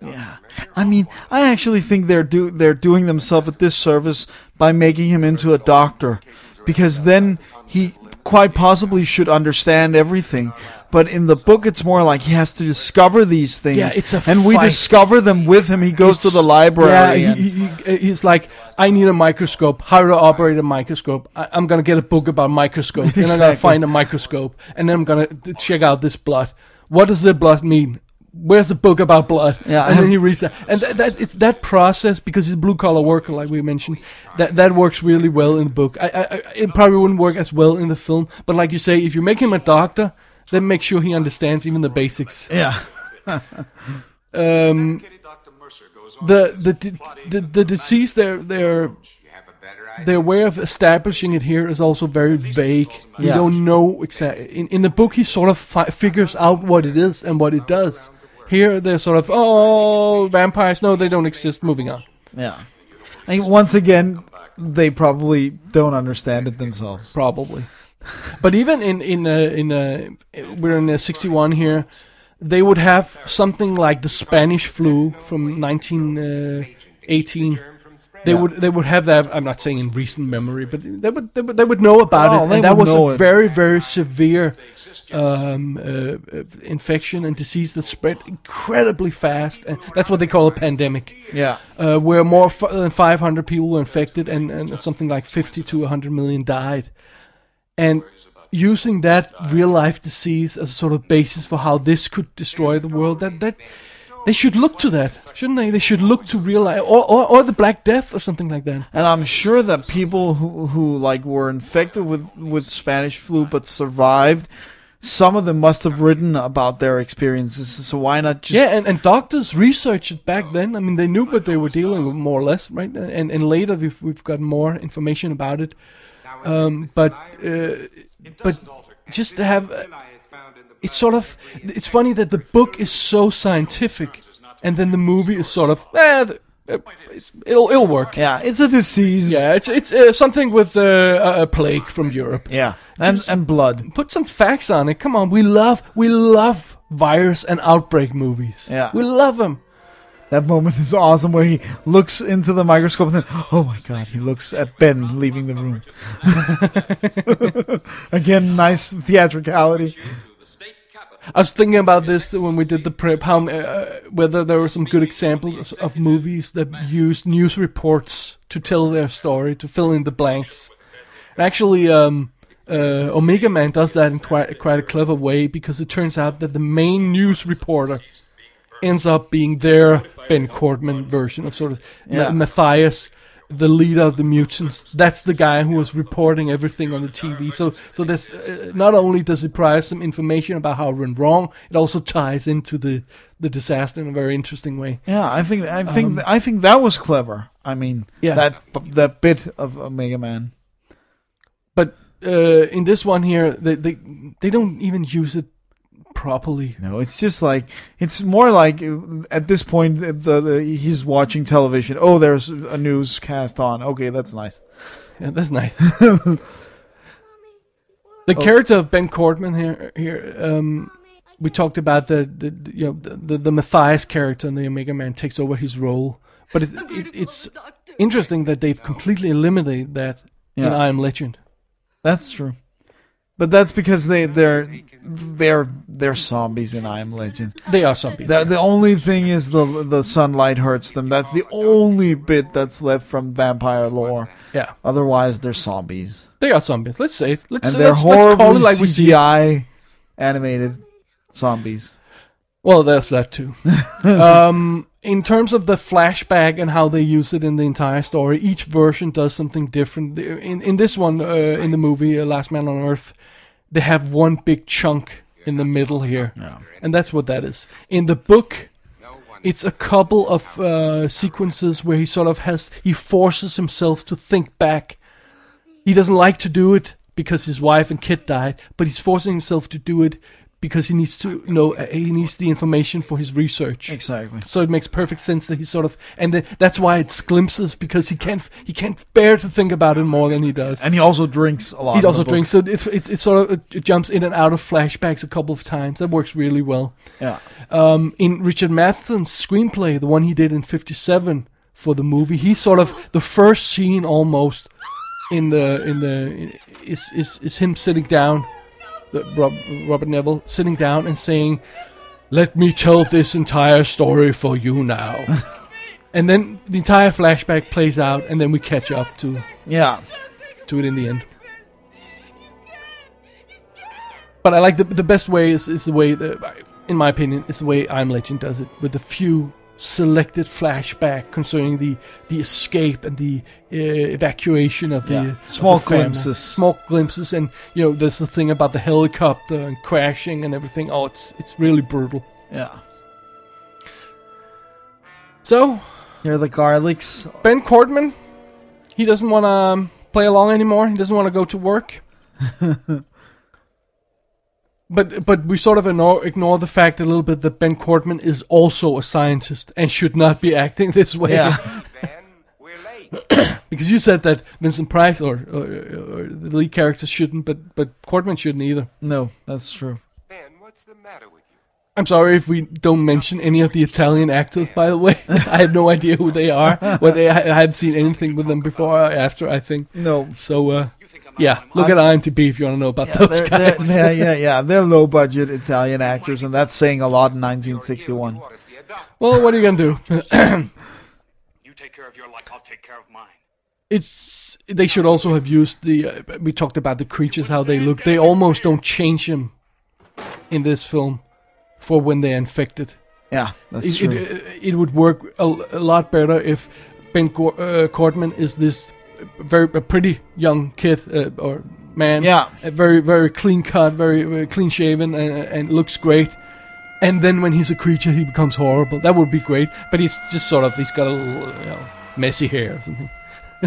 yeah. I mean, I actually think they're do they're doing themselves a disservice by making him into a doctor, because then he quite possibly should understand everything. But in the book, it's more like he has to discover these things.
Yeah, it's a
and we
fight.
discover them with him. He goes to the library.
Yeah,
and-
he, he, he- he's like, I need a microscope. How to operate a microscope? I, I'm gonna get a book about microscope, and I'm gonna
Exactly.
find a microscope, and then I'm gonna t- check out this blood. What does the blood mean? Where's the book about blood?
Yeah,
and then
and-
he reads that, and that, that it's that process because he's blue collar worker, like we mentioned. That that works really well in the book. I, I, I, it probably wouldn't work as well in the film, but like you say, if you make him a doctor, then make sure he understands even the basics.
yeah.
Um, the the
the
d- the, the disease they're they're
the
their way of establishing it here is also very vague. You
Yeah.
don't know exactly. In, in the book, he sort of fi- figures out what it is and what it does. Here, they're sort of, oh, vampires. No, they don't exist. Moving on.
Yeah. I mean, once again, they probably don't understand it themselves.
probably. But even in in uh, in uh, we're in uh, 61 here, they would have something like the Spanish flu from 1918. They would they would have that. I'm not saying in recent memory, but they would they would, they would know about
Oh,
it,
they
and that
would
was
know
a
it.
very very severe um, uh, uh, infection and disease that spread incredibly fast, and that's what they call a pandemic
Yeah.
uh, where more f- than 500 people were infected and, and something like 50 to 100 million died. And using that real life disease as a sort of basis for how this could destroy the world. That that they should look to that, shouldn't they? They should look to real life, or, or or the Black Death or something like that.
And I'm sure that people who, who like were infected with, with Spanish flu but survived, some of them must have written about their experiences. So why not just
yeah, and, and doctors researched it back then. I mean, they knew what they were dealing with more or less, right? And and later we've we've got more information about it. Um, but uh, but just to have uh, it's sort of it's funny that the book is so scientific, and then the movie is sort of eh, the- uh, it's, it'll it'll work.
yeah, it's a disease.
Yeah, it's it's uh, something with uh, a- a plague from Europe.
Yeah. And and blood.
Put some facts on it. Come on, we love we love virus and outbreak movies.
Yeah.
we love them.
That moment is awesome where he looks into the microscope and then, oh my god, he looks at Ben leaving the room. Again, nice theatricality.
I was thinking about this when we did the prep, how uh, whether there were some good examples of movies that used news reports to tell their story, to fill in the blanks. And actually, um, uh, Omega Man does that in quite, quite a clever way because it turns out that the main news reporter ends up being their Ben Cordman version of sort of Ma-
Yeah.
Matthias. The leader of the mutants. That's the guy who was reporting everything on the TV. So, so this uh, not only does it provide some information about how it went wrong, it also ties into the the disaster in a very interesting way.
Yeah, I think I think I think that was clever. I mean,
Yeah.
that that bit of Omega Man.
But uh, in this one here, they, they they don't even use it properly.
No, it's just like it's more like uh, at this point the, the he's watching television. Oh, there's a newscast on. Okay, that's nice.
Yeah, that's nice.
Oh.
the character of Ben Cordman here, here um, we talked about the, the the, you know the, the, the Matthias character and the Omega Man takes over his role, but it, it, it's interesting that they've completely eliminated that in
Yeah.
I Am Legend.
That's true. But that's because they they're they're they're zombies in I Am Legend.
They are zombies.
The the only thing is the the sunlight hurts them. That's the only bit that's left from vampire lore.
yeah,
Otherwise, they're zombies
they are zombies. Let's say it. Let's,
and they're
let's, let's call
horribly
it like we see. it.
CGI animated zombies.
Well, there's that too. um, in terms of the flashback and how they use it in the entire story, each version does something different. In in this one, uh, in the movie uh, Last Man on Earth, they have one big chunk in the middle here, and that's what that is. In the book, it's a couple of uh, sequences where he sort of has he forces himself to think back. He doesn't like to do it because his wife and kid died, but he's forcing himself to do it because he needs to know uh, he needs the information for his research.
Exactly.
So it makes perfect sense that he sort of and the, that's why it's glimpses because he can't he can't bear to think about it more than he does.
And he also drinks a lot. in
He
the
also
book.
drinks, so it, it, it sort of it jumps in and out of flashbacks a couple of times. That works really well.
Yeah.
Um, in Richard Matheson's screenplay, the one he did in '57 for the movie, he sort of the first scene almost in the in the is is is him sitting down, the- Rob, Robert Neville sitting down and saying, "Let me tell this entire story for you now." and then the entire flashback plays out, and then we catch up to
Yeah.
to it in the end. But I like the the best way is, is the way that, in my opinion, is the way I'm Legend does it with a few selected flashback concerning the the escape and the uh, evacuation of the
Yeah.
of the
Small
family.
glimpses.
small glimpses, and you know there's the thing about the helicopter and crashing and everything. Oh, it's it's really brutal.
Yeah.
So
Here are the garlics.
Ben Cordman, he doesn't want to um, play along anymore. He doesn't want to go to work. but but we sort of ignore, ignore the fact a little bit that Ben Cordman is also a scientist and should not be acting this way.
Yeah.
Then we're late.
because you said that Vincent Price or, or, or the lead character shouldn't, but but Cordman shouldn't either.
no, that's true.
Ben, what's the matter with you?
I'm sorry if we don't mention any of the Italian actors, by the way. I have no idea who they are. Whether I, I had seen anything with them before or after, I think.
No.
So, uh, yeah, look at IMDb if you want to know about
Yeah,
those
they're, they're,
guys.
they're, yeah, yeah, they're low budget Italian actors, and that's saying a lot in
You
1961.
ought to see a doctor.
well, what are you gonna do?
You take care of your life, I'll take care of mine.
it's they should also have used the. Uh, we talked about the creatures how they look. They almost don't change them in this film for when they're infected.
Yeah, that's
It, it,
true.
it would work a, a lot better if Ben Cor- uh, Cordman is this very a pretty young kid uh, or man.
Yeah.
Uh, very very clean cut, very, very clean shaven, and, and looks great. And then when he's a creature, he becomes horrible. That would be great. But he's just sort of he's got a little you know, messy hair or something.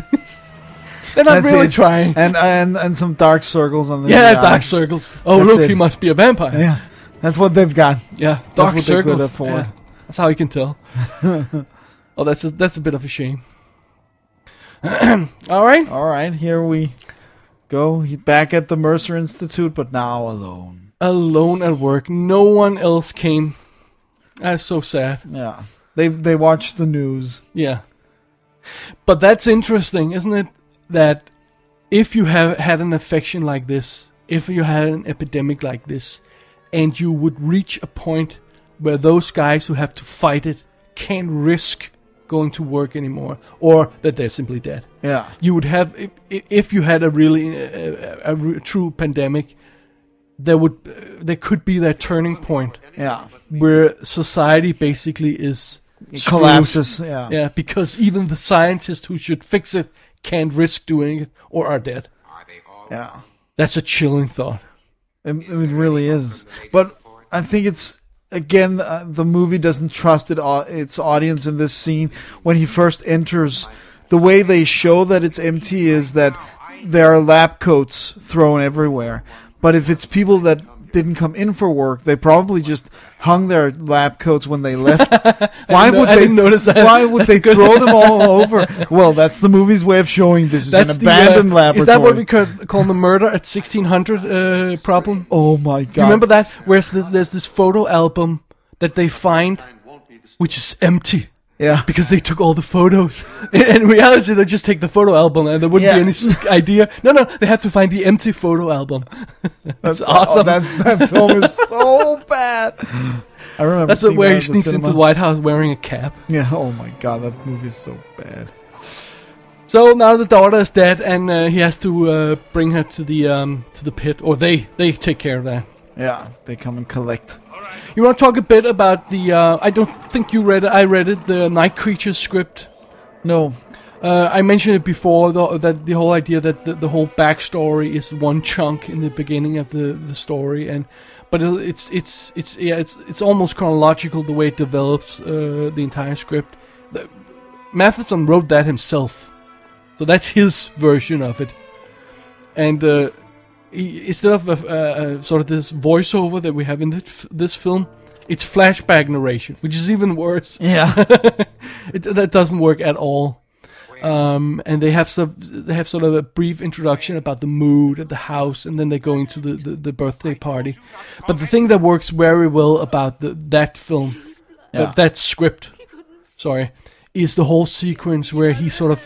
They're not
That's
really
it.
trying.
and and and some dark circles on the
yeah,
eyes.
dark circles. Oh
That's
look,
it.
he must be a vampire.
Yeah, that's what they've got.
Yeah, dark
what they could
circles.
afford.
Yeah, that's how you can tell. oh, that's a, that's a bit of a shame. All right.
All right, here we go. He back at the Mercer Institute, but now alone.
Alone at work. No one else came. That's so sad.
Yeah, they they watch the news.
Yeah. But that's interesting, isn't it? That if you have had an affection like this, if you had an epidemic like this, and you would reach a point where those guys who have to fight it can't risk going to work anymore, or that they're simply dead.
Yeah,
you would have if, if you had a really a, a, a re- true pandemic there would uh, there could be that turning point
yeah,
where society basically is
it
screwed.
collapses. Yeah.
yeah because even the scientists who should fix it can't risk doing it or are dead
Are they all
yeah.
that's a chilling thought
It, it really is. But I think it's again uh, the movie doesn't trust it, au- its audience in this scene when he first enters. The way they show that it's empty is that there are lab coats thrown everywhere. But if it's people that didn't come in for work, they probably just hung their lab coats when they left. Why
didn't
would
know- I
they?
didn't notice that.
Why would they throw them all over? Well, that's the movie's way of showing this is
that's
an abandoned
the, uh,
laboratory.
is that what we could call the murder at 1600 uh, problem
oh my god!
Do you remember that whereas there's, there's this photo album that they find which is empty
Yeah.
because they took all the photos. In reality, they just take the photo album, and there wouldn't be
Yeah.
any sick idea. No, no, they have to find the empty photo album. That's
Oh,
awesome.
that, that film is so bad. I remember.
That's
seeing
where he
that at the
sneaks into
cinema.
the White House wearing a cap.
Yeah. Oh my god, that movie is so bad.
So now the daughter is dead, and uh, he has to uh, bring her to the um, to the pit, or they they take care of that.
Yeah, they come and collect.
You want to talk a bit about the? Uh, I don't think you read it. I read it. The Night Creature script.
No.
Uh, I mentioned it before the, that the whole idea that the, the whole backstory is one chunk in the beginning of the, the story, and but it, it's it's it's yeah it's it's almost chronological the way it develops uh, the entire script. The- Matheson wrote that himself, so that's his version of it, and. Uh, he- Instead of uh, uh, sort of this voiceover that we have in this, this film, it's flashback narration, which is even worse.
Yeah.
It, that doesn't work at all. Um, and they have some, they have sort of a brief introduction about the mood at the house, and then they go into the, the, the birthday party. But the thing that works very well about the, that film, uh,
Yeah.
that script, sorry, is the whole sequence where he sort of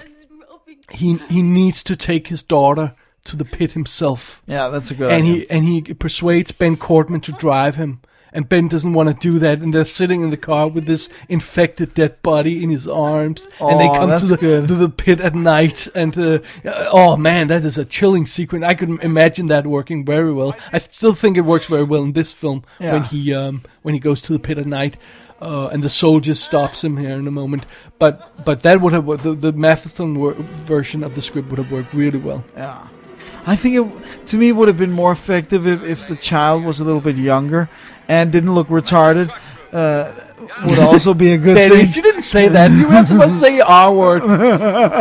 he he needs to take his daughter to the pit himself
Yeah, that's a good.
and
idea.
he and he persuades Ben Cordman to drive him, and Ben doesn't want to do that, and they're sitting in the car with this infected dead body in his arms, and they
Aw,
come to
that's
the
good.
to the pit at night, and uh, uh, oh man, that is a chilling sequence. I could imagine that working very well. I still think it works very well in this film when
Yeah.
he um, when he goes to the pit at night. Uh, and the soldier stops him here in a moment, but but that would have wo- the the Matheson wor- version of the script would have worked really well.
Yeah. I think it to me it would have been more effective if, if the child was a little bit younger and didn't look retarded. Uh, would also be a good
Dennis,
thing.
you didn't say that. You were not supposed to say the R word.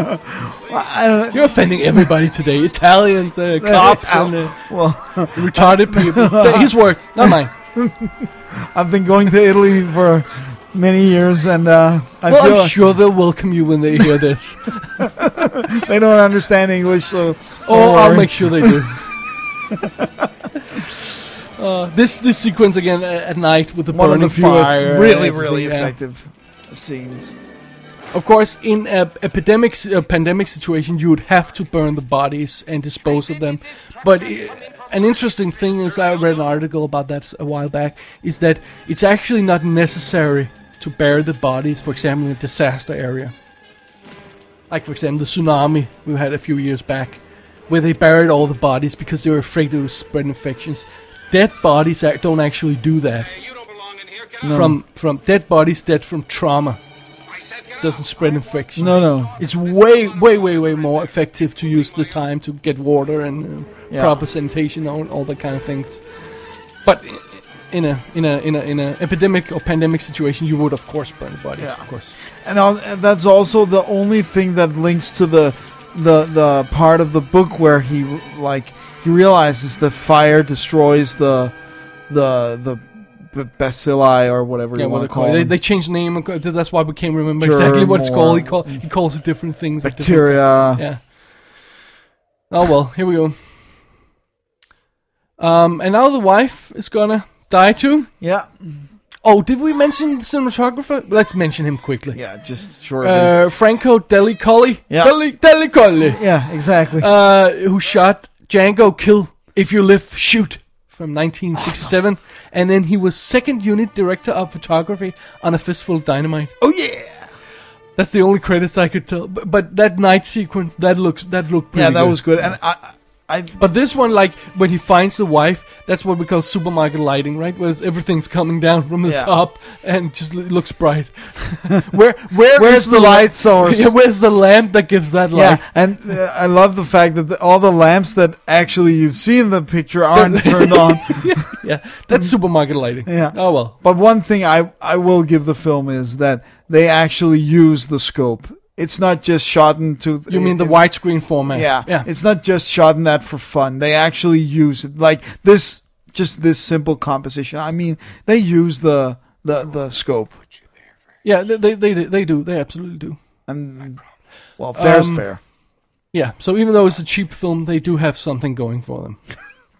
I don't know.
You're offending everybody today. Italians, uh, cops, and uh,
Well,
retarded people. Th- His words, not mine.
I've been going to Italy for many years, and uh, I feel
Well, I'm
like-
sure they'll welcome you when they hear this.
they don't understand English, so
Oh,
don't
I'll
worry.
make sure they do. Uh, this this sequence again uh, at night with the
one of
burning
the few eff-
fire, and
really,
everything,
really
yeah.
effective scenes.
Of course, in a epidemic, a pandemic situation, you would have to burn the bodies and dispose of them. But i an interesting thing is, I read an article about that s- a while back, is that it's actually not necessary to bury the bodies, for example, in a disaster area. Like for example, the tsunami we had a few years back, where they buried all the bodies because they were afraid they would spread infections. Dead bodies act- don't actually do that.
you don't belong in here. Get
From from dead bodies dead from trauma
I said get
doesn't spread infection.
No, no.
It's way, way, way, way more effective to use the time to get water and uh,
Yeah.
proper sanitation and all that kind of things. But i- in a in a in a in a epidemic or pandemic situation, you would of course burn bodies.
Yeah.
Of course,
And al- and that's also the only thing that links to the the the part of the book where he like he realizes that fire destroys the the the b- bacilli or whatever
yeah. What
you want
they
to call
call it. They,
them.
they changed the name. and co- That's why we can't remember exactly
Germ
what it's called. He,
or-
call, he calls it different things. at different
bacteria.
yeah. Oh well, here we go. Um, and now the wife is gonna die too.
Yeah,
Oh, did we mention the cinematographer? Let's mention him quickly.
yeah, just shortly.
uh, Franco Delicoli,
Yeah.
Deli- Delicoli,
yeah, exactly.
uh, who shot Django Kill If You Live Shoot from 1967, and then he was second unit director of photography on A Fistful of Dynamite.
oh yeah,
That's the only credits I could tell. But, but that night sequence, that looks that looked pretty
yeah, that
good.
was good. And I, I,
But this one, like when he finds the wife, that's what we call supermarket lighting, right? Where everything's coming down from the
Yeah.
top and just l- looks bright. where where
where's
is
the
la-
light source?
Yeah, where's the lamp that gives that light?
Yeah, and uh, I love the fact that the, all the lamps that actually you've seen in the picture aren't turned on.
yeah, that's supermarket lighting.
Yeah.
Oh well.
But one thing I I will give the film is that they actually use the scope. It's not just shot into.
You mean the
in-
widescreen format?
Yeah,
Yeah.
It's not just shot in that for fun. They actually use it like this. Just this simple composition. I mean, they use the the the scope,
yeah. They, they they they do. They absolutely do.
and well, fair's
Um,
fair.
Yeah. So even though it's a cheap film, they do have something going for them,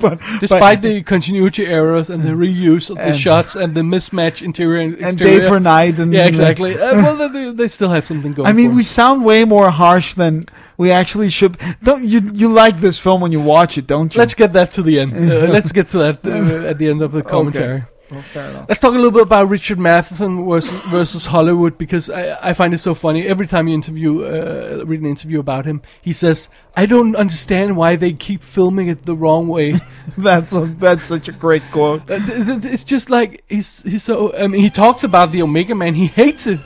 But
despite the continuity errors and the reuse of the
And-
shots and the mismatch interior and
and
exterior.
day for night and
yeah, exactly. uh, well, they- they, they still have something going.
I
for
mean,
them.
we sound way more harsh than we actually should. Don't you? You like this film when you watch it, don't you?
Let's get that to the end. Uh, let's get to that uh, at the end of the commentary.
Well, fair enough.
Let's talk a little bit about Richard Matheson versus, versus Hollywood because I, I find it so funny. Every time you interview, uh, read an interview about him, he says, "I don't understand why they keep filming it the wrong way."
That's a, that's such a great quote.
Uh, th- th- it's just like he's he's so. I mean, he talks about the Omega Man. He hates it.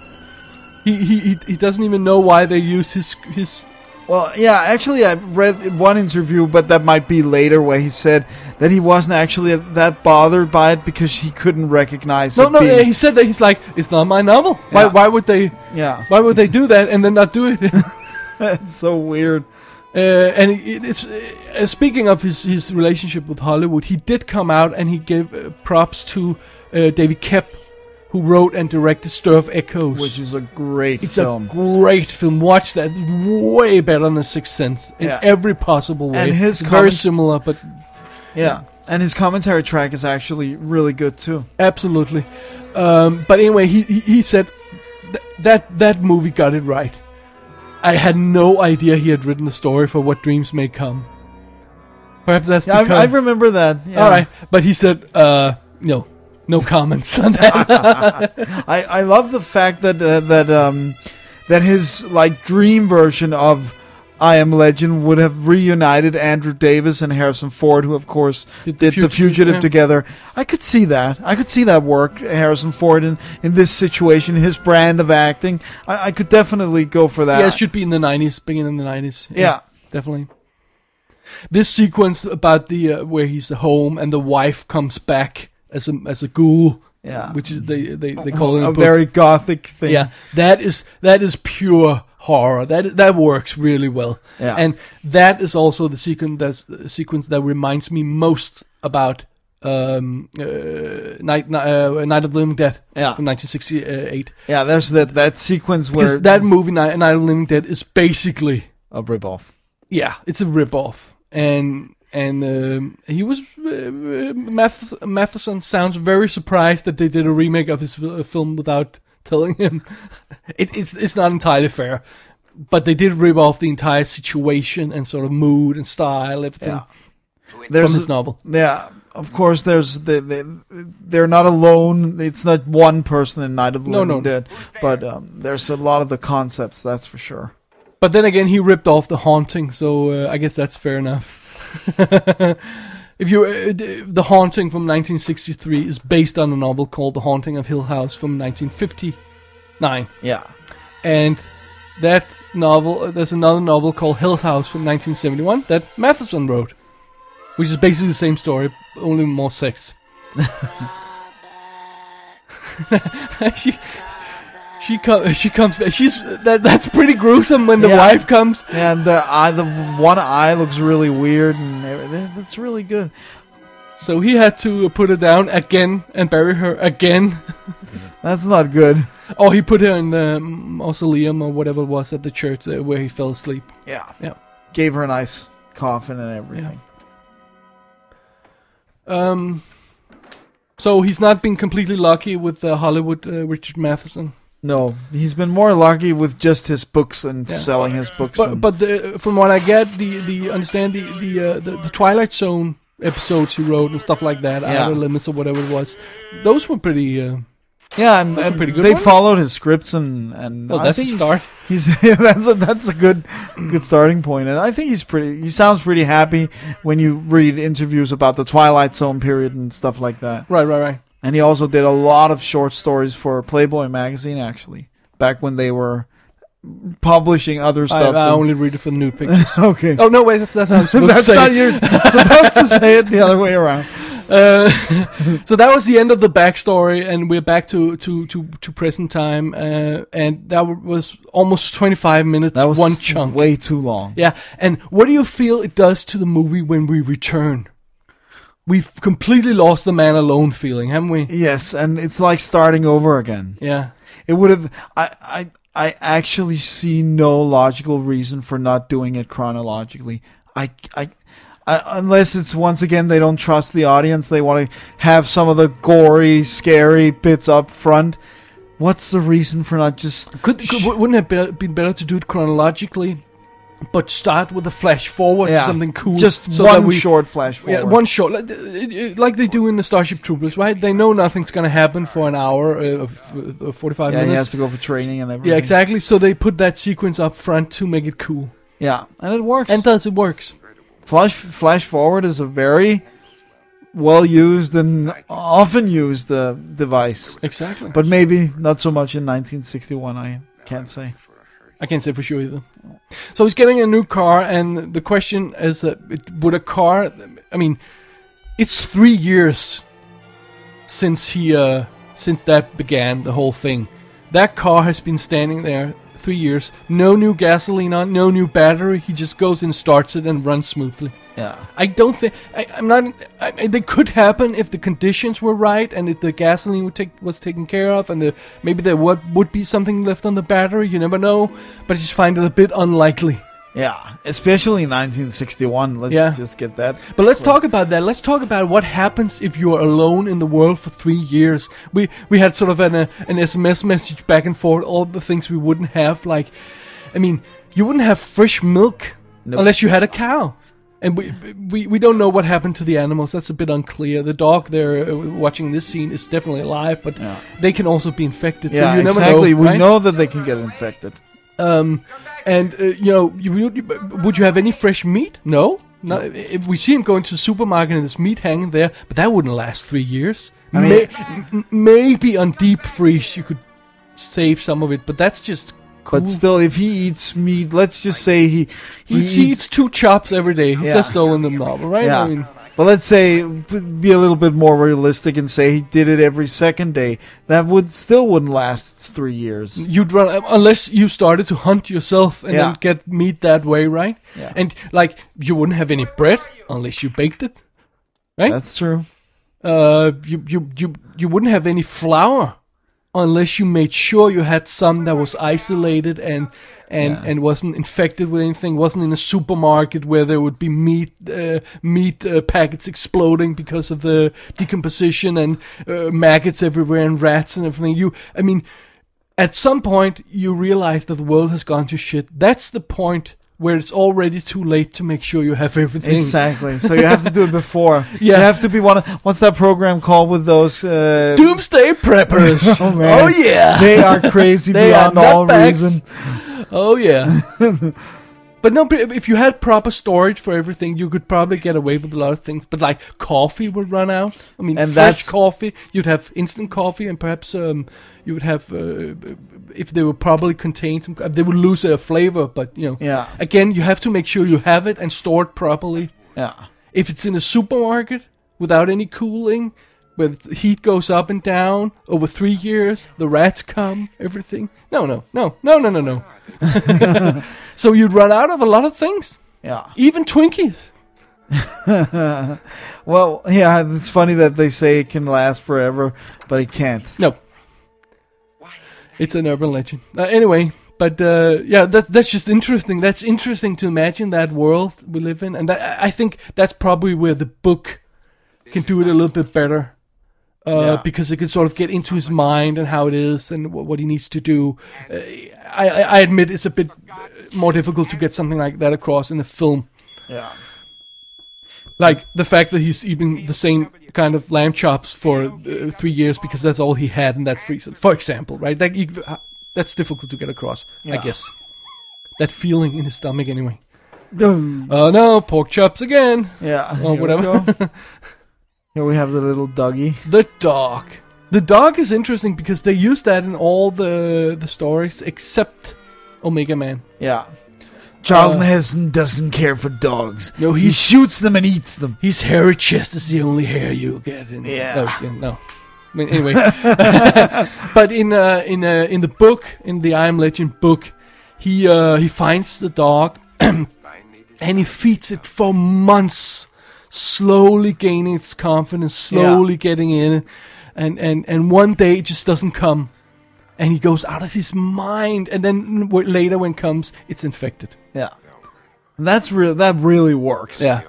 He he he, he doesn't even know why they used his his.
Well, yeah, actually, I read one interview, but that might be later, where he said that he wasn't actually that bothered by it because he couldn't recognize
No,
it.
no.
being-
yeah, He said that he's like, "It's not my novel. Why
Yeah.
why would they
yeah,
why would they do that and then not do it?"
it's so weird.
Uh, and it, it's uh, speaking of his, his relationship with Hollywood, he did come out and he gave uh, props to uh, David Kep, who wrote and directed Stir of Echoes.
Which is a great
it's
film.
a great film. Watch that. It's way better than The Sixth Sense in
Yeah.
every possible way.
And his
very
comment-
similar, but
yeah, and his commentary track is actually really good too.
absolutely. Um, but anyway, he he, he said th- that that movie got it right. I had no idea he had written a story for What Dreams May Come. Perhaps that's
Yeah,
because
I, I remember that. Yeah.
All right, but he said, uh, no, no comments on that.
I, I love the fact that uh, that um, that his like dream version of I Am Legend would have reunited Andrew Davis and Harrison Ford, who of course
Did
did,
the
the
Fugitive,
Fugitive
yeah.
together. I could see that. I could see that work. Harrison Ford in, in this situation, his brand of acting, I, I could definitely go for that.
yeah, it should be in the nineties, beginning of the nineties.
Yeah.
definitely. This sequence about the uh, where he's home and the wife comes back as a as a ghoul,
Yeah.
which is they they, they call it in the
a
book.
very gothic thing.
yeah, that is that is pure horror. That that works really well.
Yeah.
and that is also the sequence that's the sequence that reminds me most about um uh, night Ni- uh, night of the living dead
Yeah.
from 1968
Yeah, there's that that sequence where Oh,
Because that movie, Night, Night of the Living Dead, is basically,
a ripoff.
yeah, it's a ripoff. And and um, he was uh, uh, Math- Matheson sounds very surprised that they did a remake of his fil- uh, film without telling him. it, it's it's not entirely fair, but they did rip off the entire situation and sort of mood and style, everything
Yeah.
from
There's
his novel.
Yeah, of course. There's the, the they're not alone. It's not one person in Night of the
No,
Living
no.
Dead, but um, there's a lot of the concepts. That's for sure.
But then again, he ripped off The Haunting, so uh, I guess that's fair enough. if you, uh, d- The Haunting from 1963 is based on a novel called The Haunting of Hill House from 1959,
Yeah.
and that novel, uh, there's another novel called Hill House from 1971 that Matheson wrote, which is basically the same story, only more sex. she, she comes. She comes. She's that. That's pretty gruesome when the
Yeah.
wife comes.
And the eye, the one eye looks really weird, and everything. that's really good.
So he had to uh, put her down again and bury her again.
That's not good.
Or he put her in the mausoleum or whatever it was at the church uh, where he fell asleep.
Yeah.
Yeah.
Gave her a nice coffin and everything.
Um, so he's not been completely lucky with uh, Hollywood uh, Richard Matheson.
No, he's been more lucky with just his books and
Yeah.
selling his books.
But
and-
but the, from what I get, the the understand the the, uh, the the Twilight Zone episodes he wrote and stuff like that,
Yeah.
Outer Limits or whatever it was, those were pretty. Uh,
yeah, and, and
pretty good
they
one.
followed his scripts and and
well,
I
that's a
think
start.
He's that's a, that's a good good starting point, and I think he's pretty. He sounds pretty happy when you read interviews about the Twilight Zone period and stuff like that.
Right, right, right.
And he also did a lot of short stories for Playboy magazine, actually, back when they were publishing other
I,
stuff.
I
than-
only read it for the nude pictures.
okay,
oh no, wait, that's not how I'm supposed to
that's
say.
not
it.
you're supposed to say it the other way around.
Uh, so that was the end of the backstory, and we're back to to to, to present time, uh, and that was almost 25 minutes,
That was
one chunk.
way too long.
Yeah, and what do you feel it does to the movie when we return? We've completely lost the man alone feeling, haven't we?
Yes, and it's like starting over again.
Yeah.
It would have. I, I I actually see no logical reason for not doing it chronologically. I I. I, unless it's once again they don't trust the audience, they want to have some of the gory, scary bits up front. What's the reason for not just?
Could, could
Sh-
wouldn't it have be- been better to do it chronologically, but start with a flash forward, to
Yeah,
something cool,
Just
so
one
that we,
short flash forward.
Yeah, one shot, like, uh, uh, like they do in the Starship Troopers, right? They know nothing's gonna happen for an hour, uh, f- uh, forty-five
Yeah, he has
minutes.
to go for training and everything.
yeah, exactly. So they put that sequence up front to make it cool,
Yeah, and it works.
and thus it works.
Flash Flash Forward is a very well used and often used uh, device,
Exactly.
but maybe not so much in 1961. I can't say.
I can't say for sure either. So he's getting a new car, and the question is that it, would a car? I mean, it's three years since he uh, since that began the whole thing. That car has been standing there three years. No new gasoline on, no new battery. He just goes and starts it and runs smoothly.
Yeah,
I don't think I, I'm not. I, I- they could happen if the conditions were right and if the gasoline would take, was taken care of, and the, maybe there would, would be something left on the battery. You never know, but I just find it a bit unlikely.
yeah, especially in 1961. Let's
Yeah.
just get that.
But let's talk about that. Let's talk about what happens if you are alone in the world for three years. We we had sort of an uh, an SMS message back and forth. All the things we wouldn't have, like, I mean, you wouldn't have fresh milk
Nope.
unless you had a cow. And we, we we don't know what happened to the animals. That's a bit unclear. The dog there uh, watching this scene is definitely alive, but
Yeah.
they can also be infected.
Yeah,
so you never
exactly.
know.
we
right?
know that they can get infected.
Um, and uh, you know, you, you, would you have any fresh meat? No. No. If we see him going to the supermarket and there's meat hanging there, but that wouldn't last three years.
I mean-
May- m- maybe on deep freeze you could save some of it, but that's just cool.
But still, if he eats meat, let's just say he
he, eats, he eats two chops every day. He
Yeah.
says so in the novel, right?
Yeah.
I mean,
But let's say be a little bit more realistic and say he did it every second day. That would still wouldn't last three years.
you'd run uh, unless you started to hunt yourself and then
Yeah.
get meat that way, right?
Yeah.
And like you wouldn't have any bread unless you baked it.
That's true.
uh, you, you, you, you wouldn't have any flour unless you made sure you had some that was isolated and and, and wasn't infected with anything wasn't in a supermarket where there would be meat uh, meat uh, packets exploding because of the decomposition and uh, maggots everywhere and rats and everything you i mean at some point you realize that the world has gone to shit that's the point where it's already too late to make sure you have everything
Exactly. So you have to do it before. You
Yeah.
have to be one. Of, what's that program called with those? Uh,
doomsday preppers
Oh man!
oh yeah
They are crazy
They are
beyond all
nutbags.
reason.
Oh yeah. but no, but if you had proper storage for everything, you could probably get away with a lot of things. But like coffee would run out. I mean,
And
fresh
that's-
coffee. You'd have instant coffee, and perhaps um, you would have uh, if they were properly contained, some, they would lose their flavor. But you know,
Yeah.
Again, you have to make sure you have it and store it properly.
Yeah.
If it's in a supermarket without any cooling, where the heat goes up and down over three years, the rats come, everything. No, no, no, no, no, no, no. so you'd run out of a lot of things,
Yeah.
even Twinkies.
Well, yeah, it's funny that they say it can last forever, but it can't.
No, it's an urban legend. Uh, anyway, but uh, yeah, that, that's just interesting. That's interesting to imagine that world we live in, and that, I- I think that's probably where the book can do it a little bit better. Uh,
Yeah.
Because it can sort of get into his mind and how it is and wh- what he needs to do. Uh, I, I I admit it's a bit uh, more difficult to get something like that across in a film.
Yeah.
Like the fact that he's eating the same kind of lamb chops for uh, three years because that's all he had in that freezer, for example, right? That, you- uh, that's difficult to get across, I
Yeah.
guess. That feeling in his stomach, anyway.
Dum.
Oh no, pork chops again.
Yeah.
Or
here we
whatever.
go. Here we have the little doggy.
The dog. The dog is interesting because they use that in all the the stories except Omega Man.
Yeah. Charlton
Uh,
Heston doesn't care for dogs.
No,
he
he's-
shoots them and eats them.
His hairy chest is the only hair you'll get. In
Yeah.
No. yeah, no. I mean, anyway, but in uh, in uh, in the book, in the I Am Legend book, he uh, he finds the dog and he feeds it for months, slowly gaining its confidence, slowly getting in, and and and one day it just doesn't come, and he goes out of his mind, and then w- later when it comes, it's infected.
Yeah. And that's real. That really works.
Yeah.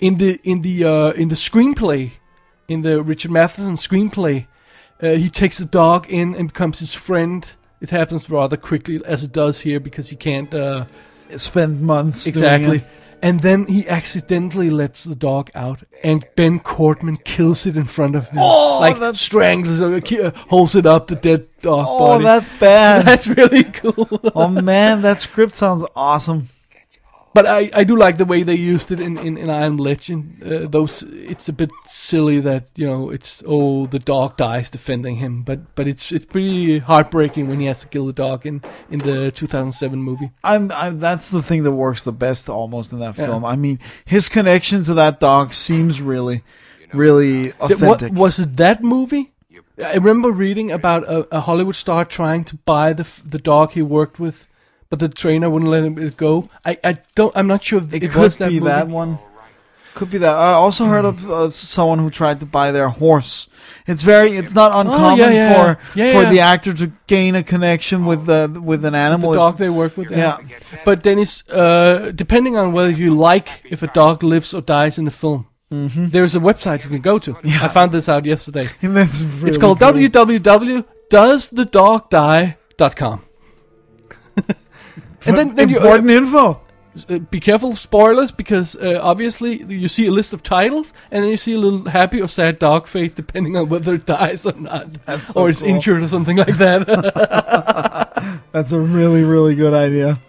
In the in the uh, in the screenplay, in the Richard Matheson screenplay, uh, he takes the dog in and becomes his friend. It happens rather quickly, as it does here, because he can't uh,
Spend months. doing
exactly.
it.
And then he accidentally lets the dog out, and Ben Cortman kills it in front of him,
Oh,
like
that's-
strangles, it, uh, ki- uh, holds it up, the dead dog
Oh,
body.
that's bad.
that's really cool.
oh man, that script sounds awesome.
But I, I do like the way they used it in in, in I Am Legend. Uh, those it's a bit silly that you know it's oh the dog dies defending him, but but it's it's pretty heartbreaking when he has to kill the dog in in the 2007 movie.
I'm, I'm. That's the thing that works the best almost in that film. I mean, his connection to that dog seems really, really
Th- what-
authentic.
was it that movie? I remember reading about a, a Hollywood star trying to buy the f- the dog he worked with, but the trainer wouldn't let him it go. I, I don't. I'm not sure if
it
it,
could
was that
be
movie.
that one. Could be that. I also heard of uh, someone who tried to buy their horse. It's very. It's not uncommon
Oh, yeah.
for
Yeah,
for
yeah.
the actor to gain a connection with the with an
the
animal.
dog they work with.
Yeah.
But Dennis, uh, depending on whether you like if a dog lives or dies in the film, there's a website you can go to. I found this out yesterday.
And that's Mm-hmm. really
It's called
cool.
www.doesthedogdie.com. and then, then you uh,
important info.
uh, be careful of spoilers because uh, obviously you see a list of titles and then you see a little happy or sad dog face depending on whether it dies or not,
That's so
or it's
cool.
injured or something like that.
That's a really really good idea.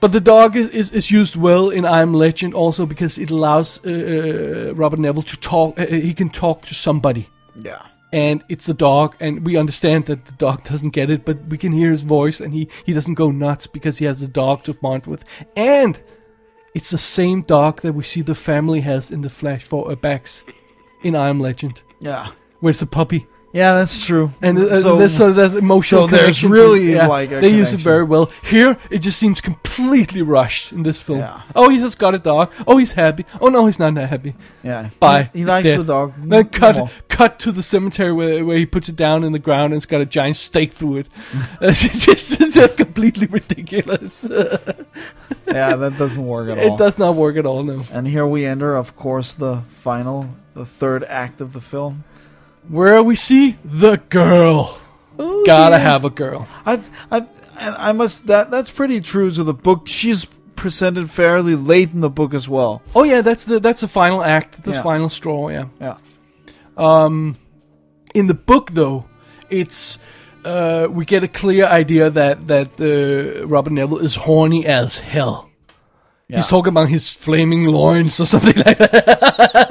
But the dog is, is, is used well in I Am Legend also because it allows uh, Robert Neville to talk. Uh, he can talk to somebody,
Yeah.
and it's a dog. And we understand that the dog doesn't get it, but we can hear his voice, and he he doesn't go nuts because he has the dog to bond with. And it's the same dog that we see the family has in the flash for uh, backs in I Am Legend,
Yeah.
where it's a puppy.
Yeah, that's true.
And uh,
so,
there's sort of that emotional.
so there's
connection to-
really, like, a
they use it
connection.
very well. Here, it just seems completely rushed in this film.
Yeah.
Oh, he has got a dog. Oh, he's happy. Oh no, he's not that happy.
yeah.
Bye.
He,
He's
likes
dead.
the dog.
Then cut,
No.
cut to the cemetery where, where he puts it down in the ground and it's got a giant stake through it. it's just it's just completely ridiculous.
Yeah, that doesn't work at all.
it does not work at all. No,
And here we enter, of course, the final, the third act of the film.
where we see the girl. Gotta have a girl.
I, I, I must. That that's pretty true to the book. She's presented fairly late in the book as well.
Oh yeah, that's the that's the final act. The
Yeah.
final straw. Yeah.
Yeah,
In the book, though, it's uh, we get a clear idea that that uh, Robert Neville is horny as hell. He's talking about his flaming loins or something like that,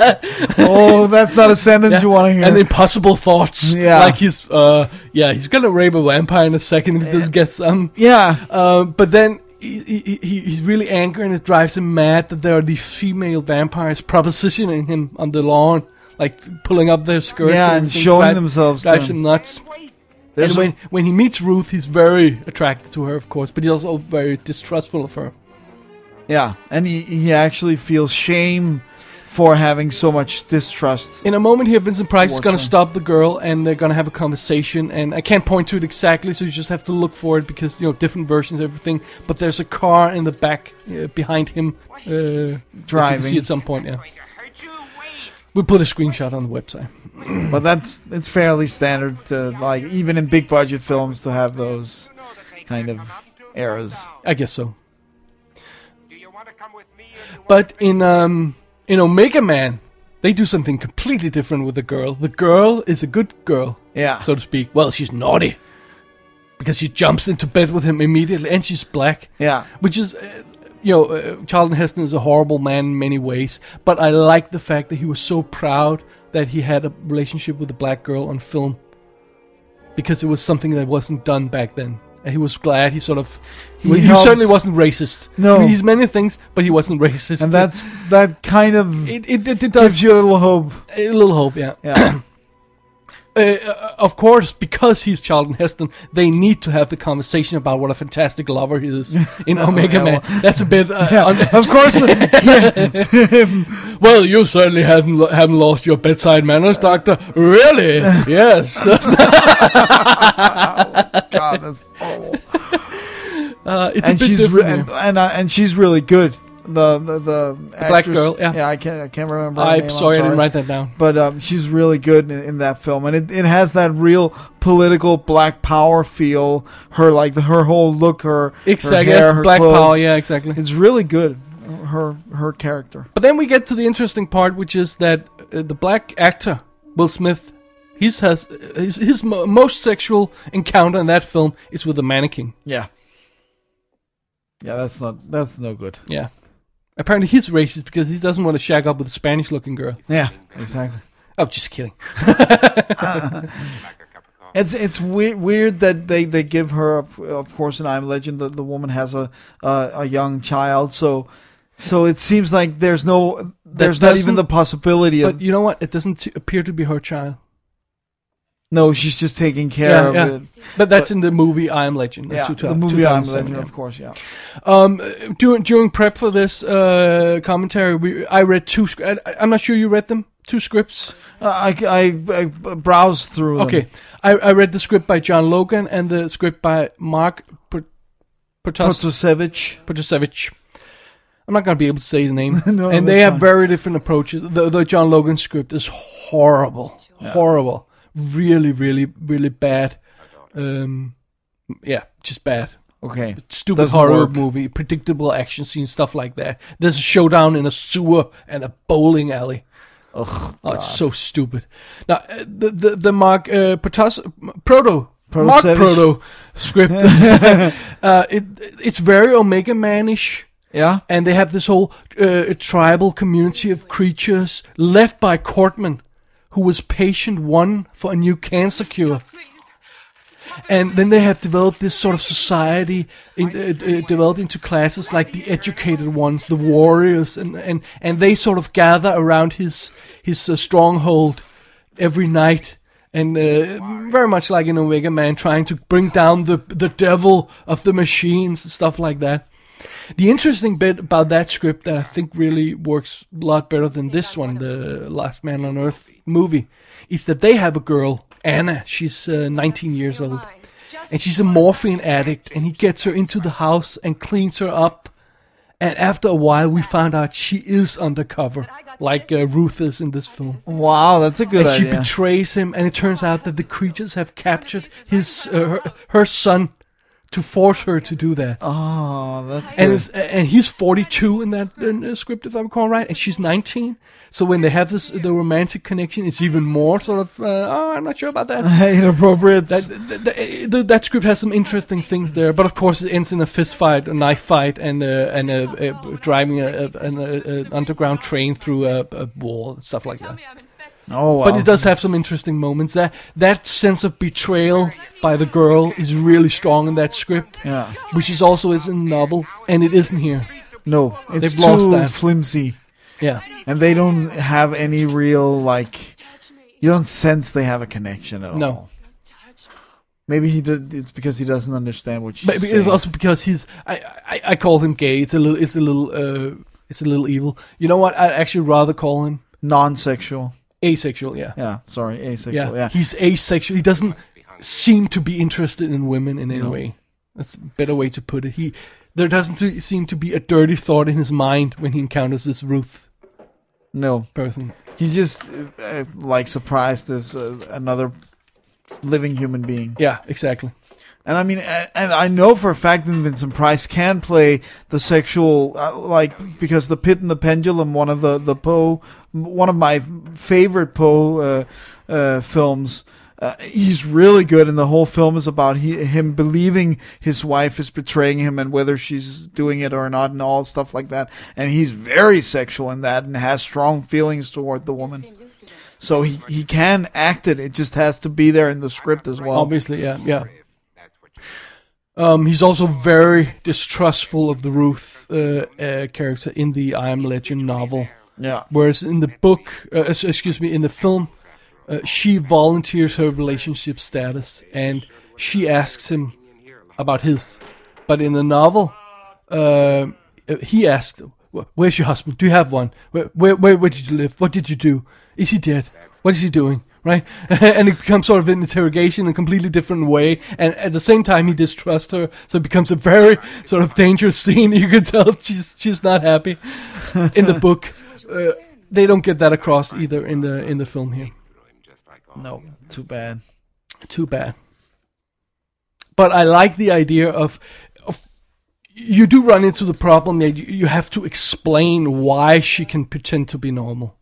Oh, that's not a sentence you want to hear.
and impossible thoughts.
Yeah.
like he's uh, yeah, he's gonna rape a vampire in a second if he
Eh.
just gets some.
yeah.
Uh, but then he, he, he- he's really angry and it drives him mad that there are these female vampires propositioning him on the lawn, like pulling up their skirts.
Yeah, and
everything,
showing
drive-
themselves to
Drives
him.
him nuts.
There's
and
a-
when, when he meets Ruth, he's very attracted to her, of course, but he's also very distrustful of her.
yeah. And he, he actually feels shame for having so much distrust.
In a moment here, Vincent Price is
Towards
going
her.
to stop the girl and they're going to have a conversation. And I can't point to it exactly, so you just have to look for it because, you know, different versions, of everything. But there's a car in the back uh, behind him uh, that you can
Driving.
see at some point, yeah.
Going to hurt you? Wait.
We put a screenshot on the website.
But that's it's fairly standard to like even in big budget films to have those.
You know that they
Kind
can't
of
come up to me
errors.
now.
I guess so.
Do you want to come with me? or do you
But
want me
in um in Omega Man, they do something completely different with the girl. The girl is a good girl,
Yeah.
so to speak. Well, she's naughty because she jumps into bed with him immediately, and she's black.
yeah.
which is. Uh, you know, uh, Charlton Heston is a horrible man in many ways, but I like the fact that he was so proud that he had a relationship with a black girl on film because it was something that wasn't done back then. And he was glad he sort of.
He
He, he
helped-
certainly wasn't racist.
No.
I mean, he's many things, but he wasn't racist.
And that's that kind of
It, it, it, it
gives
does
you a little hope.
a little hope, yeah.
Yeah.
Uh, uh, of course, because he's Charlton Heston, they need to have the conversation about what a fantastic lover he is in Omega
yeah,
Man. That's a bit. Uh, un-
of course.
Well, you certainly haven't lo- haven't lost your bedside manners, Doctor. Really? yes.
God, that's horrible.
Uh, it's
and
a bit
she's re-
different.
and
yeah.
and, uh, and she's really good. The the the,
black
actress-
girl, yeah.
I can't I can't remember. her name,
I'm sorry, I didn't write that down.
But um, she's really good in, in that film, and it, it has that real political black power feel. Her like the, her whole look, her
Exactly.
her hair,
yes,
her
Black
clothes.
Power. Yeah, exactly.
it's really good. Her her character.
But then we get to the interesting part, which is that uh, the black actor Will Smith, his has uh, his, his mo- most sexual encounter in that film is with a mannequin.
Yeah. Yeah, that's not that's no good.
Yeah. Apparently he's racist because he doesn't want to shag up with a Spanish-looking girl.
Yeah, exactly.
Oh, just kidding.
like a cup of coffee?
It's it's weird, weird that they, they give her of, of course in I'm Legend the, the woman has a uh, a young child so so it seems like there's no there's not
doesn't-
even the possibility of
But you know what? It doesn't appear to be her child.
no she's just taking care
Yeah,
of
yeah.
it
But that's in the movie I Am Legend.
yeah
two-
the movie I'm
2007,
Legend
yeah.
of course yeah
Um, uh, during during prep for this uh, commentary, we, I read two. sc- I, I- I'm not sure you read them. Two scripts.
uh, I, I I browsed through them.
Okay, I, I read the script by John Logan and the script by Mark Pr- Protas-
Protasevich
Protasevich. I'm not gonna be able to say his name.
No,
and
that's
they have
fine.
very different approaches. The, the John Logan script is horrible, horrible, really, really, really bad. Um, yeah, just bad.
okay
stupid
Doesn't
horror
work.
movie, predictable action scenes, stuff like that. There's a showdown in a sewer and a bowling alley.
Ugh,
Oh, it's so stupid. Now, uh, the the, the Mark uh, Protas- Proto. Mark
Protasevich.
Proto script. uh, it it's very Omega Manish,
yeah
and they have this whole uh, tribal community of creatures led by Cortman, who was patient one for a new cancer cure and then they have developed this sort of society in, uh, uh, developed into classes like the educated ones the warriors and, and, and they sort of gather around his his uh, stronghold every night and uh, very much like in omega man trying to bring down the the devil of the machines and stuff like that the interesting bit about that script that I think really works a lot better than this one, the Last Man on Earth movie, is that they have a girl, Anna. She's uh, 19 years old. And she's a morphine addict, and he gets her into the house and cleans her up. And after a while, we found out she is undercover, like uh, Ruth is in this film.
wow that's a good
And she
idea
betrays him, and it turns out that the creatures have captured his uh, her, her son to force her to do that.
Oh, that's
and
good.
it's, and he's 42 in that in the script, if I'm calling right, and she's 19. So when they have this the romantic connection, it's even more sort of uh, oh, I'm not sure about that.
inappropriate.
That, th eh, th th that script has some interesting things there, but of course it ends in a fist fight, a knife fight, and uh, and uh, uh, driving a, a, an uh, uh, underground train through a, a wall and stuff like
Tell
that.
me I'm infected.
oh, wow.
But it does have some interesting moments. That that sense of betrayal by the girl is really strong in that script,
Yeah.
which is also is in the novel, and it isn't here.
No, it's
They've lost
too
that.
flimsy,
Yeah,
and they don't have any real like. You don't sense they have a connection at
No.
all. Maybe he did. It's because he doesn't understand what she's
but it's
saying.
also because he's I, I I call him gay. It's a little it's a little uh, it's a little evil. You know what? I'd actually rather call him
non-sexual.
asexual. Yeah.
Yeah, sorry, asexual.
Yeah,
Yeah,
he's asexual. He doesn't seem to be interested in women in any way. That's a better way to put it. He there doesn't se- seem to be a dirty thought in his mind when he encounters this Ruth
no,
person.
he's just uh, uh, like surprised as uh, another living human being.
Yeah, exactly.
And I mean, a- and I know for a fact that Vincent Price can play the sexual, uh, like because the Pit and the Pendulum, one of the the Poe, one of my favorite Poe uh, uh, films. Uh, he's really good, and the whole film is about he, him believing his wife is betraying him, and whether she's doing it or not, and all stuff like that. And he's very sexual in that, and has strong feelings toward the woman. So he he can act it. It just has to be there in the script as well.
Obviously, yeah, yeah.
That's what you
Um, he's also very distrustful of the Ruth uh, uh, character in the I Am Legend novel.
Yeah.
Whereas in the book, uh, es- excuse me, in the film, uh, she volunteers her relationship status and she asks him about his. But in the novel, uh, he asked, "Wh- "Where's your husband? Do you have one? Where, where, where, where did you live? What did you do? Is he dead? What is he doing?" Right, and it becomes sort of an interrogation in a completely different way, and at the same time he distrusts her, so it becomes a very sort of dangerous scene. You can tell she's she's not happy in the book. Uh, they don't get that across either in the in the film here.
I'm just like all
No, too bad.
Too bad. But I like the idea of, of you do run into the problem that you, you have to explain why she can pretend to be normal.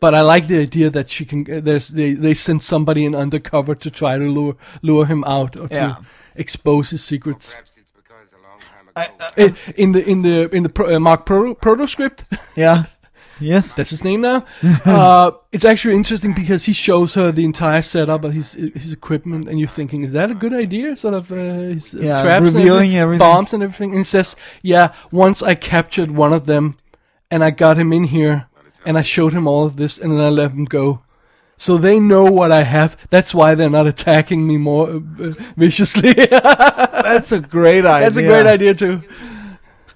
But I like the idea that she can. uh, There's they they send somebody in undercover to try to lure lure him out or
Yeah.
to expose his secrets.
Perhaps it's because a long time ago.
Uh, In the in the in the pro, uh, Mark Proto, Proto script,
Yeah. Yes.
that's his name now. uh, it's actually interesting because he shows her the entire setup of his his equipment, and you're thinking, is that a good idea? Sort of uh, his uh,
Yeah,
traps, and
revealing everything.
bombs, and everything. And he says, yeah, once I captured one of them, and I got him in here, and I showed him all of this, and then I let him go. So they know what I have. That's why they're not attacking me more uh, uh, viciously.
That's a great idea.
That's a great idea too.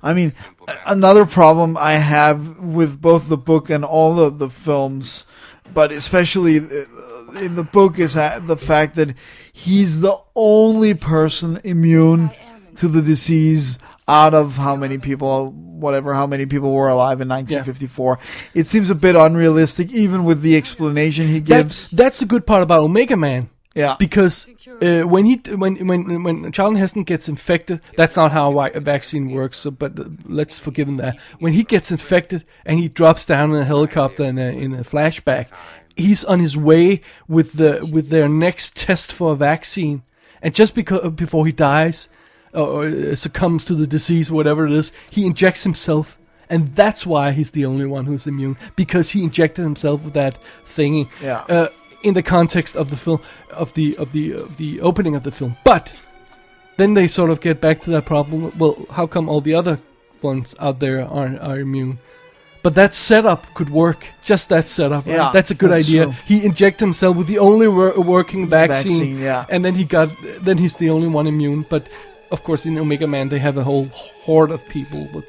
I mean, a- another problem I have with both the book and all of the films, but especially uh, in the book, is ha- the fact that he's the only person immune to the disease out of how many people, whatever, how many people were alive in 1954. It seems a bit unrealistic, even with the explanation he
That's
gives.
that's the good part about Omega Man.
yeah.
because uh, when he when when when Charlton Heston gets infected, that's not how a vaccine works. So, but uh, let's forgive him that. When he gets infected and he drops down in a helicopter in a, in a flashback, he's on his way with the with their next test for a vaccine, and just because before he dies or, or uh, succumbs to the disease, whatever it is, he injects himself. And that's why he's the only one who's immune because he injected himself with that thingy.
Yeah.
Uh, in the context of the film of the of the of the opening of the film but then they sort of get back to that problem well how come all the other ones out there are are immune but that setup could work just that setup right?
Yeah,
that's a good
that's
idea
true.
he injected himself with the only wor- working vaccine,
Vaccine, yeah.
and then he got then he's the only one immune but of course in omega man they have a whole horde of people with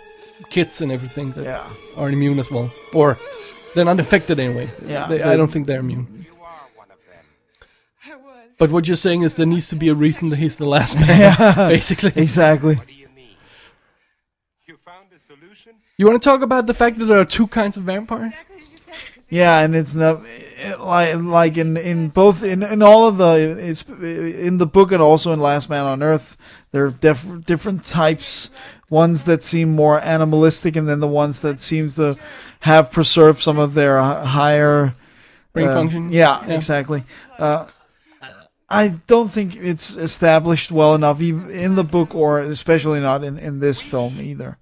kids and everything that
Yeah.
are immune as well or they're not affected anyway
Yeah,
They- i
but-
don't think they're immune
You are one of them.
I was.
but what you're saying is there needs to be a reason that he's the last man, basically.
Exactly.
What do you mean? You found a solution?
You want to talk about the fact that there are two kinds of vampires?
Exactly as you said it would
Yeah, and it's not it- like like in in both in in all of the it's in the book and also in Last Man on Earth. There are def- different types, ones that seem more animalistic, and then the ones that seems to have preserved some of their h- higher
Brain
uh,
function.
Yeah, exactly. Uh, I don't think it's established well enough ev- in the book, or especially not in in this film either.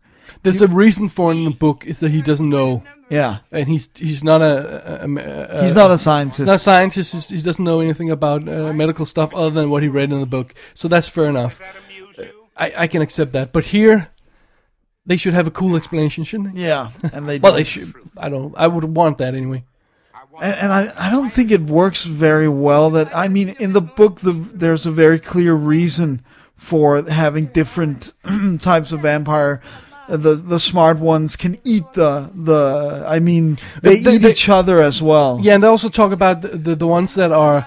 There's a reason for it in the book is that he doesn't know,
Yeah,
and he's he's not a, a, a, a
he's not a scientist.
Uh, not a scientist. he's- He doesn't know anything about uh, medical stuff other than what he read in the book. So that's fair enough.
That amuse
Uh,
you?
I, I can accept that. But here, they should have a cool explanation, shouldn't they?
yeah, and they
Well,
don't.
they should. I don't. I would want that anyway.
I want
and, and I, I don't think it works very well that i mean in the book the, there's a very clear reason for having different types of vampire Uh, the the smart ones can eat the the i mean they
They-
eat
they-
each other as well
Yeah, and they also talk about the the, the ones that are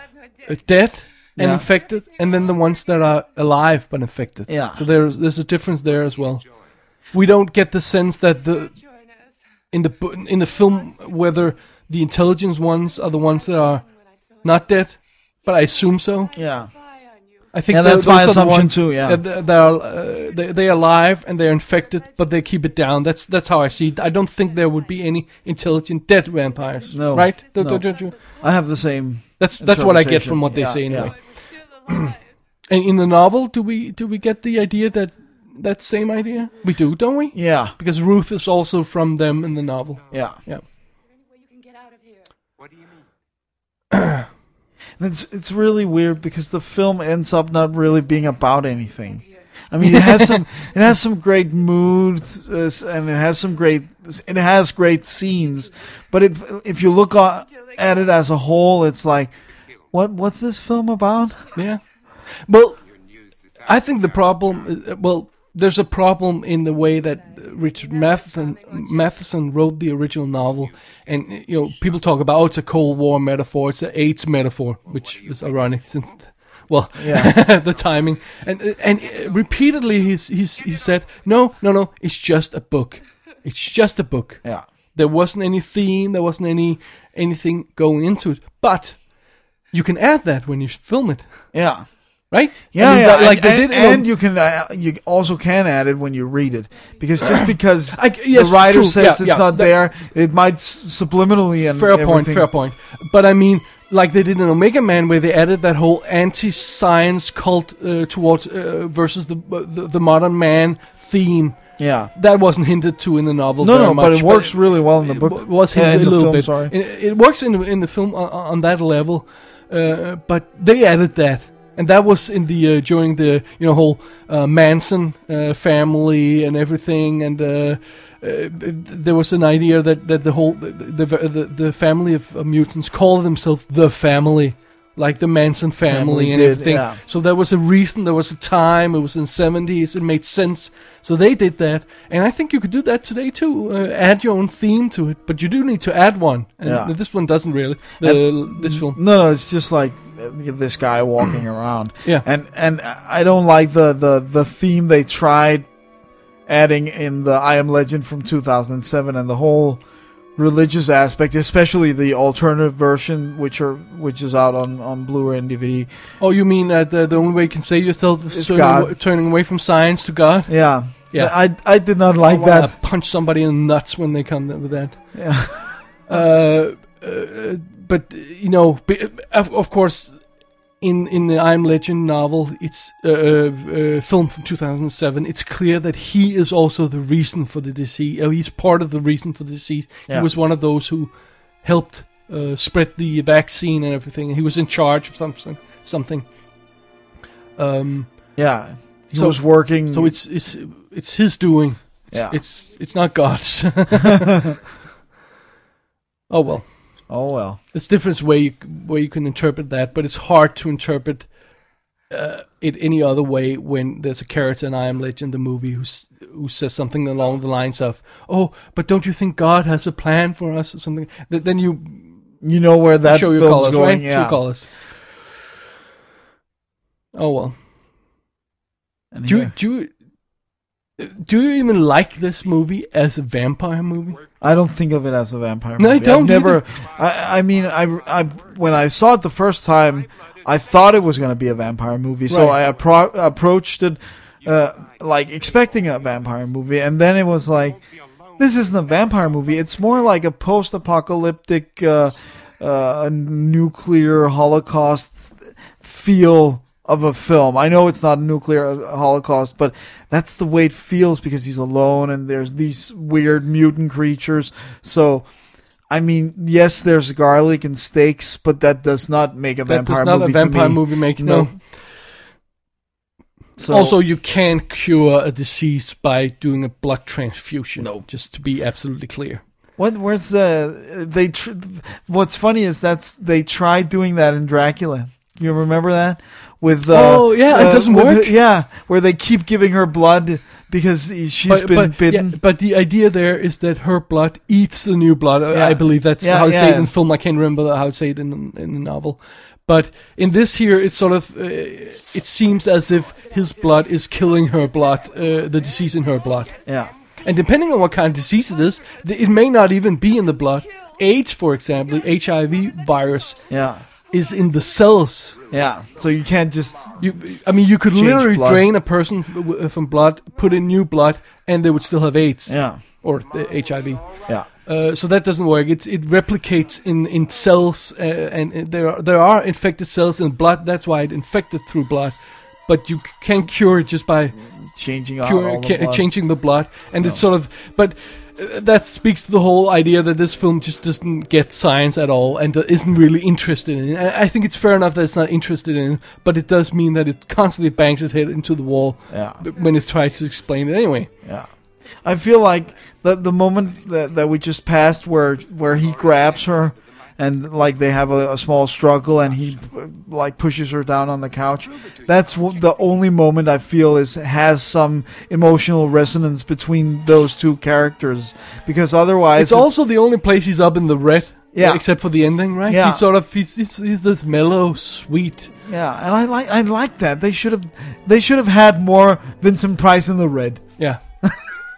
uh, dead and
Yeah.
infected, and then the ones that are alive but infected.
Yeah.
So there's there's a difference there as well. We don't get the sense that the
Join us.
in the bu- in the film whether the intelligence ones are the ones that are not dead, but I assume so.
yeah
Spy on you.
I think
Yeah,
tho-
that's
those
my
are the
assumption
ones
too, yeah.
that th- they are uh, they they are alive and they're infected, but they keep it down. That's that's how I see. it. I don't think there would be any intelligent dead vampires.
No,
right? Don't-
no.
don't- don't you-
i have the same
That's that's what I get from what they
Interpretation,
say anyway.
yeah,
Still alive.
And in the novel, do we do we get the idea that that same idea? We do, don't we?
yeah
Because Ruth is also from them in the novel.
yeah
Yeah.
Well, you can get out of here.
What do you mean?
And It's it's really weird because the film ends up not really being about anything. I mean, it has some it has some great moods uh, s- and it has some great it has great scenes, but if if you look o- at it as a whole, it's like, what what's this film about?
Yeah. Well,
Your new society.
I think the problem, uh, well, there's a problem in the way that uh, Richard Matheson, Matheson wrote the original novel, and uh, you know people talk about oh it's a Cold War metaphor, it's an AIDS metaphor, which is ironic since, th- well,
Yeah.
the timing and uh, and uh, repeatedly he's, he's he said no no no it's just a book, it's just a book.
Yeah,
There wasn't any theme, there wasn't any anything going into it, but you can add that when you film it,
yeah.
right?
Yeah,
I mean,
yeah,
like
and,
they did
and,
in a-
and you can uh, you also can add it when you read it because just because
I- yes,
the writer
true,
says
yeah,
it's
yeah,
not
that-
there, it might s- subliminally and
fair point,
everything-
fair point. But I mean, like they did in Omega Man, where they added that whole anti-science cult uh, towards uh, versus the, the the modern man theme.
Yeah,
That wasn't hinted to in the novel.
No,
very
no,
much,
but it works really well in the book.
w- was hinted
Yeah, in
a
the
little
film,
bit.
Sorry.
It, it works in the- in the film on, on that level, uh, but they added that. And that was in the uh, during the you know whole uh, Manson uh, family and everything, and uh, uh, there was an idea that, that the whole the the, the the family of uh, mutants called themselves the family, like the Manson family,
Family
and
did,
everything.
yeah.
So there was a reason, there was a time. It was in seventies. It made sense. So they did that, and I think you could do that today too. Uh, add your own theme to it, but you do need to add one. And
Yeah.
this one doesn't really. The, this film.
no, no, it's just like uh, this guy walking around.
Yeah.
and and I don't like the the the theme they tried adding in the I Am Legend from 2007 and the whole religious aspect, especially the alternative version, which are which is out on on Blu-ray and DVD.
Oh, you mean that the, the only way you can save yourself is
It's
turning,
God.
awa- turning away from science to God?
Yeah,
Yeah.
I I did not
I
like
wanna
that.
punch somebody in the nuts when they come th- with that.
Yeah.
uh, uh, but uh, you know, b- of, of course, in in the I Am Legend novel, it's uh, uh, film from 2007. It's clear that he is also the reason for the disease. Or he's part of the reason for the disease.
Yeah.
He was one of those who helped uh, spread the vaccine and everything. He was in charge of something. Something. Um,
Yeah, he
So-
was working.
so it's it's it's his doing. It's,
Hmm. Yeah.
it's it's not God's. oh well,
oh well.
it's different way you, way you can interpret that, but it's hard to interpret uh, it any other way when there's a character in I Am Legend, the movie, who s- who says something along the lines of, "Oh, but don't you think God has a plan for us?" or something. Th- then you
You know where that
show
film's
your colors,
going.
right?
Yeah,
True colors. Oh well.
And
Do you,
here-
do you, Do you even like this movie as a vampire movie?
I don't think of it as a vampire
No, I
movie.
don't
I've never.
either.
I, I mean, I, I when I saw it the first time, I thought it was going to be a vampire movie, so
Right.
I appro- approached it uh, like expecting a vampire movie, and then it was like, this isn't a vampire movie. It's more like a post-apocalyptic, uh, uh, nuclear holocaust feel of a film. I know it's not a nuclear uh, holocaust, but that's the way it feels because he's alone and there's these weird mutant creatures. So, I mean, yes, there's garlic and steaks, but that does not make a
That
vampire
does not a
movie.
vampire
to me.
movie make
No.
no.
So,
also, you can't cure a disease by doing a blood transfusion.
No.
just to be absolutely clear.
what? Where's the they? Tr- what's funny is that's they tried doing that in Dracula. You remember that with uh,
Oh, yeah, it
uh,
doesn't
with
work.
her- yeah, where they keep giving her blood because she's been
but,
bitten.
yeah, but the idea there is that her blood eats the new blood. I-
Yeah.
I believe that's
Yeah,
how they say
yeah.
it in film. I can't remember how they say it in, in the novel. But in this here, it's sort of uh, it seems as if his blood is killing her blood, uh, the disease in her blood.
yeah.
And depending on what kind of disease it is, th- it may not even be in the blood. AIDS, for example, the HIV virus
Yeah.
is in the cells.
Yeah. So you can't just
You, I mean, you could
Change
literally
blood.
drain a person f- w- uh, from blood, put in new blood, and they would still have AIDS
yeah.
or uh, HIV.
Yeah.
Uh, so that doesn't work. It's, it replicates in, in cells, uh, and uh, there are, there are infected cells in blood. That's why it infected through blood. But you c- can't cure it just by
Changing out
cure,
all the
ca-
blood.
changing the blood, and it's sort of. But uh, that speaks to the whole idea that this film just doesn't get science at all, and uh, isn't really interested in. it. I, I think it's fair enough that it's not interested in, it, but it does mean that it constantly bangs its head into the wall
Yeah.
b- when it tries to explain it anyway.
Yeah. I feel like the the moment that, that we just passed where where he grabs her and like they have a, a small struggle and he uh, like pushes her down on the couch that's w- the only moment i feel is has some emotional resonance between those two characters because otherwise
It's, also the only place he's up in the red. uh,
Yeah.
Except for the ending, right?
Yeah.
He's sort of he's, he's he's this mellow, sweet.
yeah and i like i like that they should have they should have had more vincent price in the red
Yeah.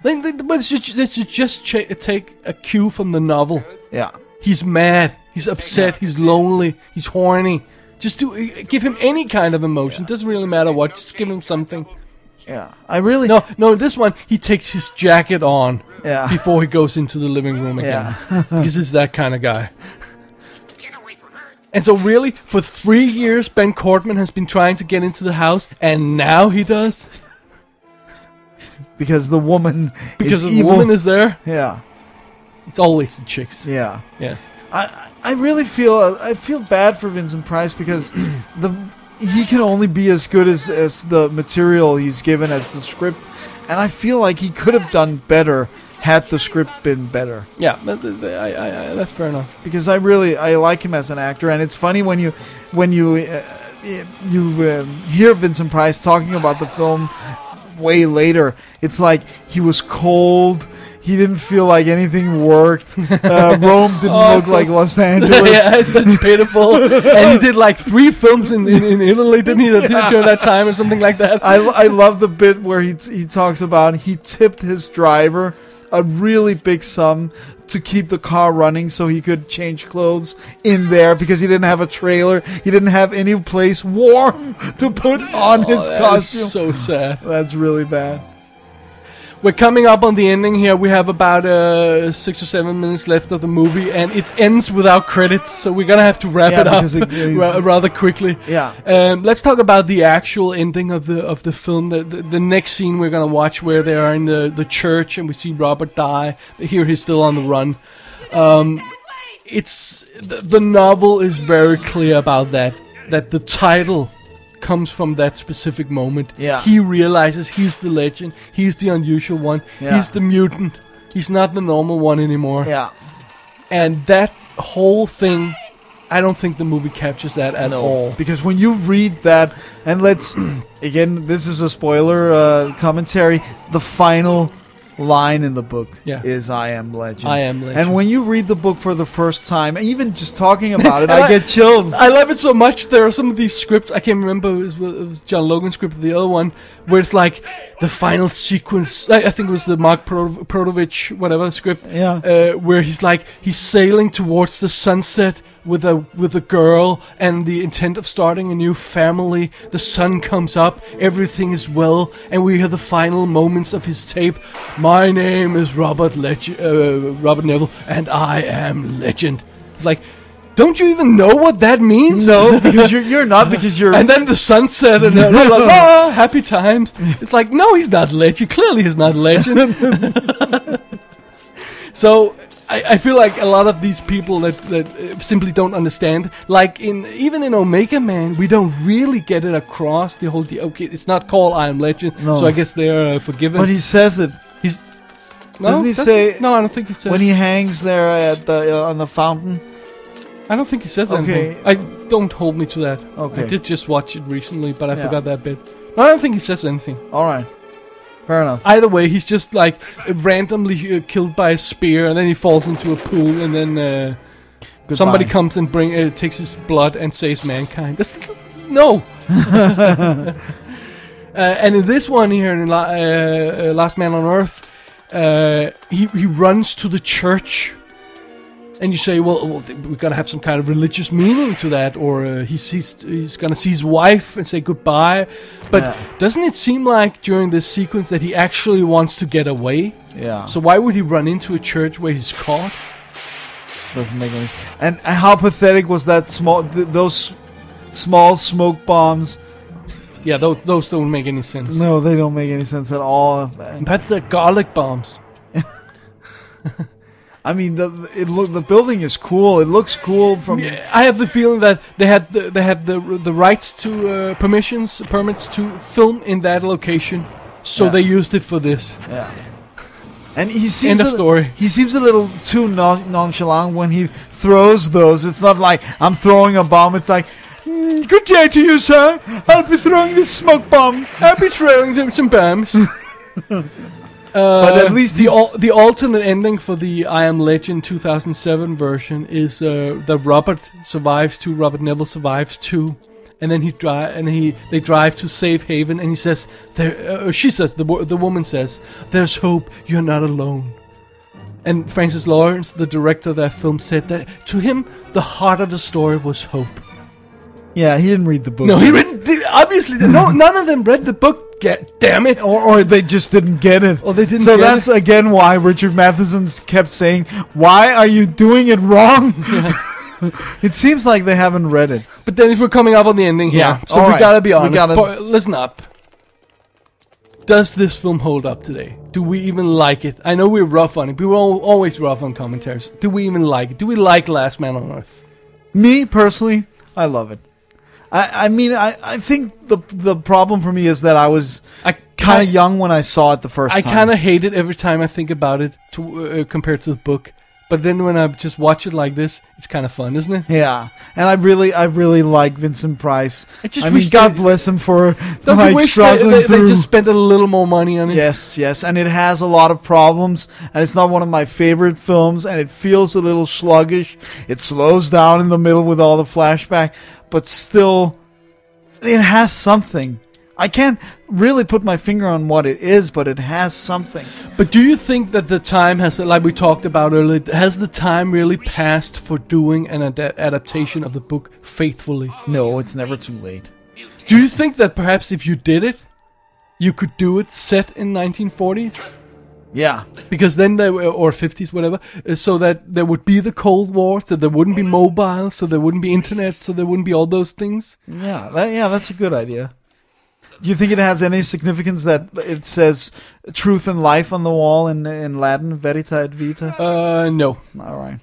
they, they, but they should, they should just cha- take a cue from the novel.
yeah
He's mad. He's upset. He's lonely. He's horny. Just do uh, give him any kind of emotion. Doesn't really matter what. Just give him something.
yeah i really
No, no. This one, he takes his jacket on
Yeah.
before he goes into the living room again. because he's that kind of guy.
Get away from her.
And so, really, for three years, Ben Cortman has been trying to get into the house, and now he does
because the woman
because
is
the
evil.
woman is there.
yeah
It's always the chicks.
yeah
Yeah.
I I really feel I feel bad for Vincent Price because the he can only be as good as, as the material he's given as the script, and I feel like he could have done better had the script been better
Yeah. but th- th- I- I- I- that's fair enough.
because I really I like him as an actor, and it's funny when you when you uh, you um, hear Vincent Price talking about the film way later. It's like he was cold. He didn't feel like anything worked. Uh, Rome didn't
Oh,
look
so
like
s-
Los Angeles.
yeah, it's that's pitiful. and he did like three films in, in, in Italy, didn't he? that- During that time or something like that.
I, I love the bit where he, he talks about he tipped his driver a really big sum to keep the car running so he could change clothes in there because he didn't have a trailer. He didn't have any place warm to put on his
Oh, that is
costume.
so sad.
That's really bad.
We're coming up on the ending here. We have about uh, six or seven minutes left of the movie, and it ends without credits, so we're gonna have to wrap
Yeah,
it up
because it- it's-
ra- rather quickly.
Yeah.
Um, let's talk about the actual ending of the of the film. The, the, the next scene we're gonna watch, where they are in the, the church, and we see Robert die. Here he's still on the run. Um, it's the, the novel is very clear about that. That the title comes from that specific moment.
Yeah.
He realizes he's the legend. He's the unusual one.
Yeah.
He's the mutant. He's not the normal one anymore.
Yeah.
And that whole thing, I don't think the movie captures that at all.
Oh. Because when you read that, and let's, again, this is a spoiler uh, commentary, the final line in the book
Yeah.
is "I am legend."
I am legend.
And when you read the book for the first time, and even just talking about it, I
I-
get chills.
I love it so much. There are some of these scripts I can't remember. It was, it was John Logan's script, or the other one, where it's like the final sequence. I, I think it was the Mark Pro- Protovich whatever script.
Yeah.
Uh, where he's like he's sailing towards the sunset with a with a girl and the intent of starting a new family. The sun comes up, everything is well, and we hear the final moments of his tape. My name is Robert Leg- uh, Robert Neville, and I am legend. It's like. Don't you even know what that means?
no, because you're you're not because you're
And then the sunset, and then like, oh, happy times. It's like, no, he's not legend. Clearly, he's not legend. so I, I feel like a lot of these people that, that uh, simply don't understand, like in even in Omega Man, we don't really get it across the whole. De- okay, it's not called I Am Legend,
No.
so I guess they're uh, forgiven.
when he says it
he's no,
Doesn't he
does
say-
No, I don't think he says.
when he hangs there at the uh, on the fountain.
I don't think he says
Okay.
anything. I don't hold me to that.
Okay.
I did just watch it recently, but I
Yeah.
forgot that bit. No, I don't think he says anything.
All right, fair enough.
Either way, he's just like randomly uh, killed by a spear, and then he falls into a pool, and then uh, somebody
Goodbye.
comes and bring uh, takes his blood and saves mankind. That's no. uh, and in this one here, in La- uh, uh, Last Man on Earth, uh, he he runs to the church, and you say, well, well th- we're gonna have some kind of religious meaning to that, or uh, he sees he's gonna see his wife and say goodbye. But
Yeah.
doesn't it seem like during this sequence that he actually wants to get away?
Yeah,
So why would he run into a church where he's caught?
doesn't make any. And how pathetic was that small th- those small smoke bombs?
Yeah, those, those don't make any sense.
No, they don't make any sense at all.
That's the garlic bombs.
I mean, the it look the building is cool. It looks cool from
I have the feeling that they had the, they had the the rights to uh, permissions permits to film in that location, so
Yeah.
they used it for this.
Yeah. And he
End
seems
of
a-
story.
He seems a little too non- nonchalant when he throws those. It's not like I'm throwing a bomb. It's like, "Mm, good day to you, sir. I'll be throwing this smoke bomb.
I'll be throwing them some bombs.
but at least
the
he's
al- the alternate ending for the I Am Legend 2007 version is uh, that Robert survives two, Robert Neville survives two, and then he drive and he they drive to safe haven, and he says, "There," uh, she says, the wo- the woman says, "There's hope. You're not alone." And Francis Lawrence, the director of that film, said that to him, the heart of the story was hope.
yeah. He didn't read the book.
No, he read, they- obviously, no, none of them read the book. God damn it!
Or, or they just didn't get it.
Or Oh, they didn't
So
get
that's again why Richard Matheson kept saying, "Why are you doing it wrong?" it seems like they haven't read it.
But then if we're coming up on the ending
Yeah,
here, so we
alright.
gotta be
We
honest.
gotta-
Bo- listen up. Does this film hold up today? Do we even like it? I know we're rough on it. but We're al- always rough on commentaries. Do we even like it? Do we like Last Man on Earth?
Me personally, I love it. I, I mean, I, I think the the problem for me is that I was
I
kind
ki-
of young when I saw it the first
I
time.
kind of hate it every time I think about it to, uh, compared to the book. But then when I just watch it like this, it's kind of fun, isn't it?
yeah, and I really I really like Vincent Price.
I just
I
wish
mean, God
they-
bless him for
Don't you
like
wish they,
struggling
they, they
through.
just spent a little more money on it?
Yes, yes, and it has a lot of problems, and it's not one of my favorite films, and it feels a little sluggish. It slows down in the middle with all the flashback, but still, it has something. I can't really put my finger on what it is, but it has something.
But do you think that the time has, like we talked about earlier, has the time really passed for doing an ad- adaptation of the book faithfully?
No, it's never too late.
Do you think that perhaps if you did it, you could do it set in 1940s?
Yeah,
Because then they were, or 50s, whatever, uh, so that there would be the Cold War, so there wouldn't be mobile, so there wouldn't be internet, so there wouldn't be all those things.
yeah, that, yeah. That's a good idea. Do you think it has any significance that it says "truth and life" on the wall in in Latin, "verita et vita"?
Uh, no.
All right.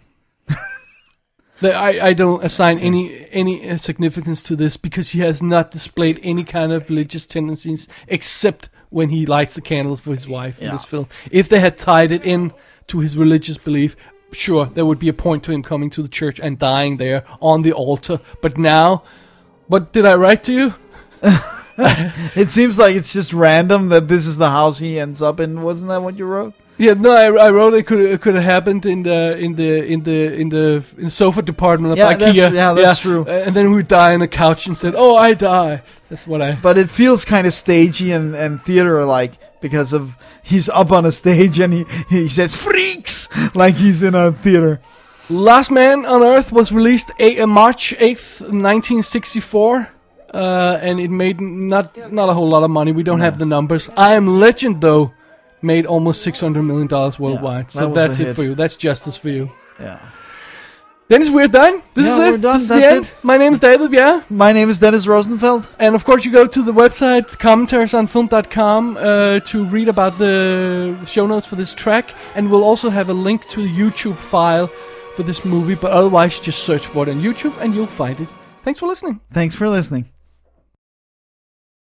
That I, I don't assign any any uh, significance to this because he has not displayed any kind of religious tendencies except when he lights the candles for his wife in
Yeah.
this film. If they had tied it in to his religious belief, sure, there would be a point to him coming to the church and dying there on the altar. But now, what did I write to you?
It seems like it's just random that this is the house he ends up in. Wasn't that what you wrote?
Yeah, no, I, I wrote it could it could have happened in the in the in the in the in the sofa department of
Yeah,
IKEA.
that's- yeah, that's true.
Uh, And then we die on the couch and said, "Oh, I die." That's what I.
but it feels kind of stagey and, and theater like because of he's up on a stage and he, he says freaks like he's in a theater.
Last Man on Earth was released eight, uh, March eighth, nineteen sixty four. Uh, and it made not not a whole lot of money. We don't have the numbers. I Am Legend though made almost six hundred million dollars worldwide.
that
so
was
that's
a
it
hit.
for you. That's justice for you.
Yeah.
Dennis, we're done. This
Yeah,
is it.
we're done.
This is
That's
the end. My name's David. Yeah.
My name is Dennis Rosenfeld.
And of course, you go to the website commentariesonfilm.com uh, to read about the show notes for this track, and we'll also have a link to the YouTube file for this movie. But otherwise, just search for it on YouTube, and you'll find it. Thanks for listening.
Thanks for listening.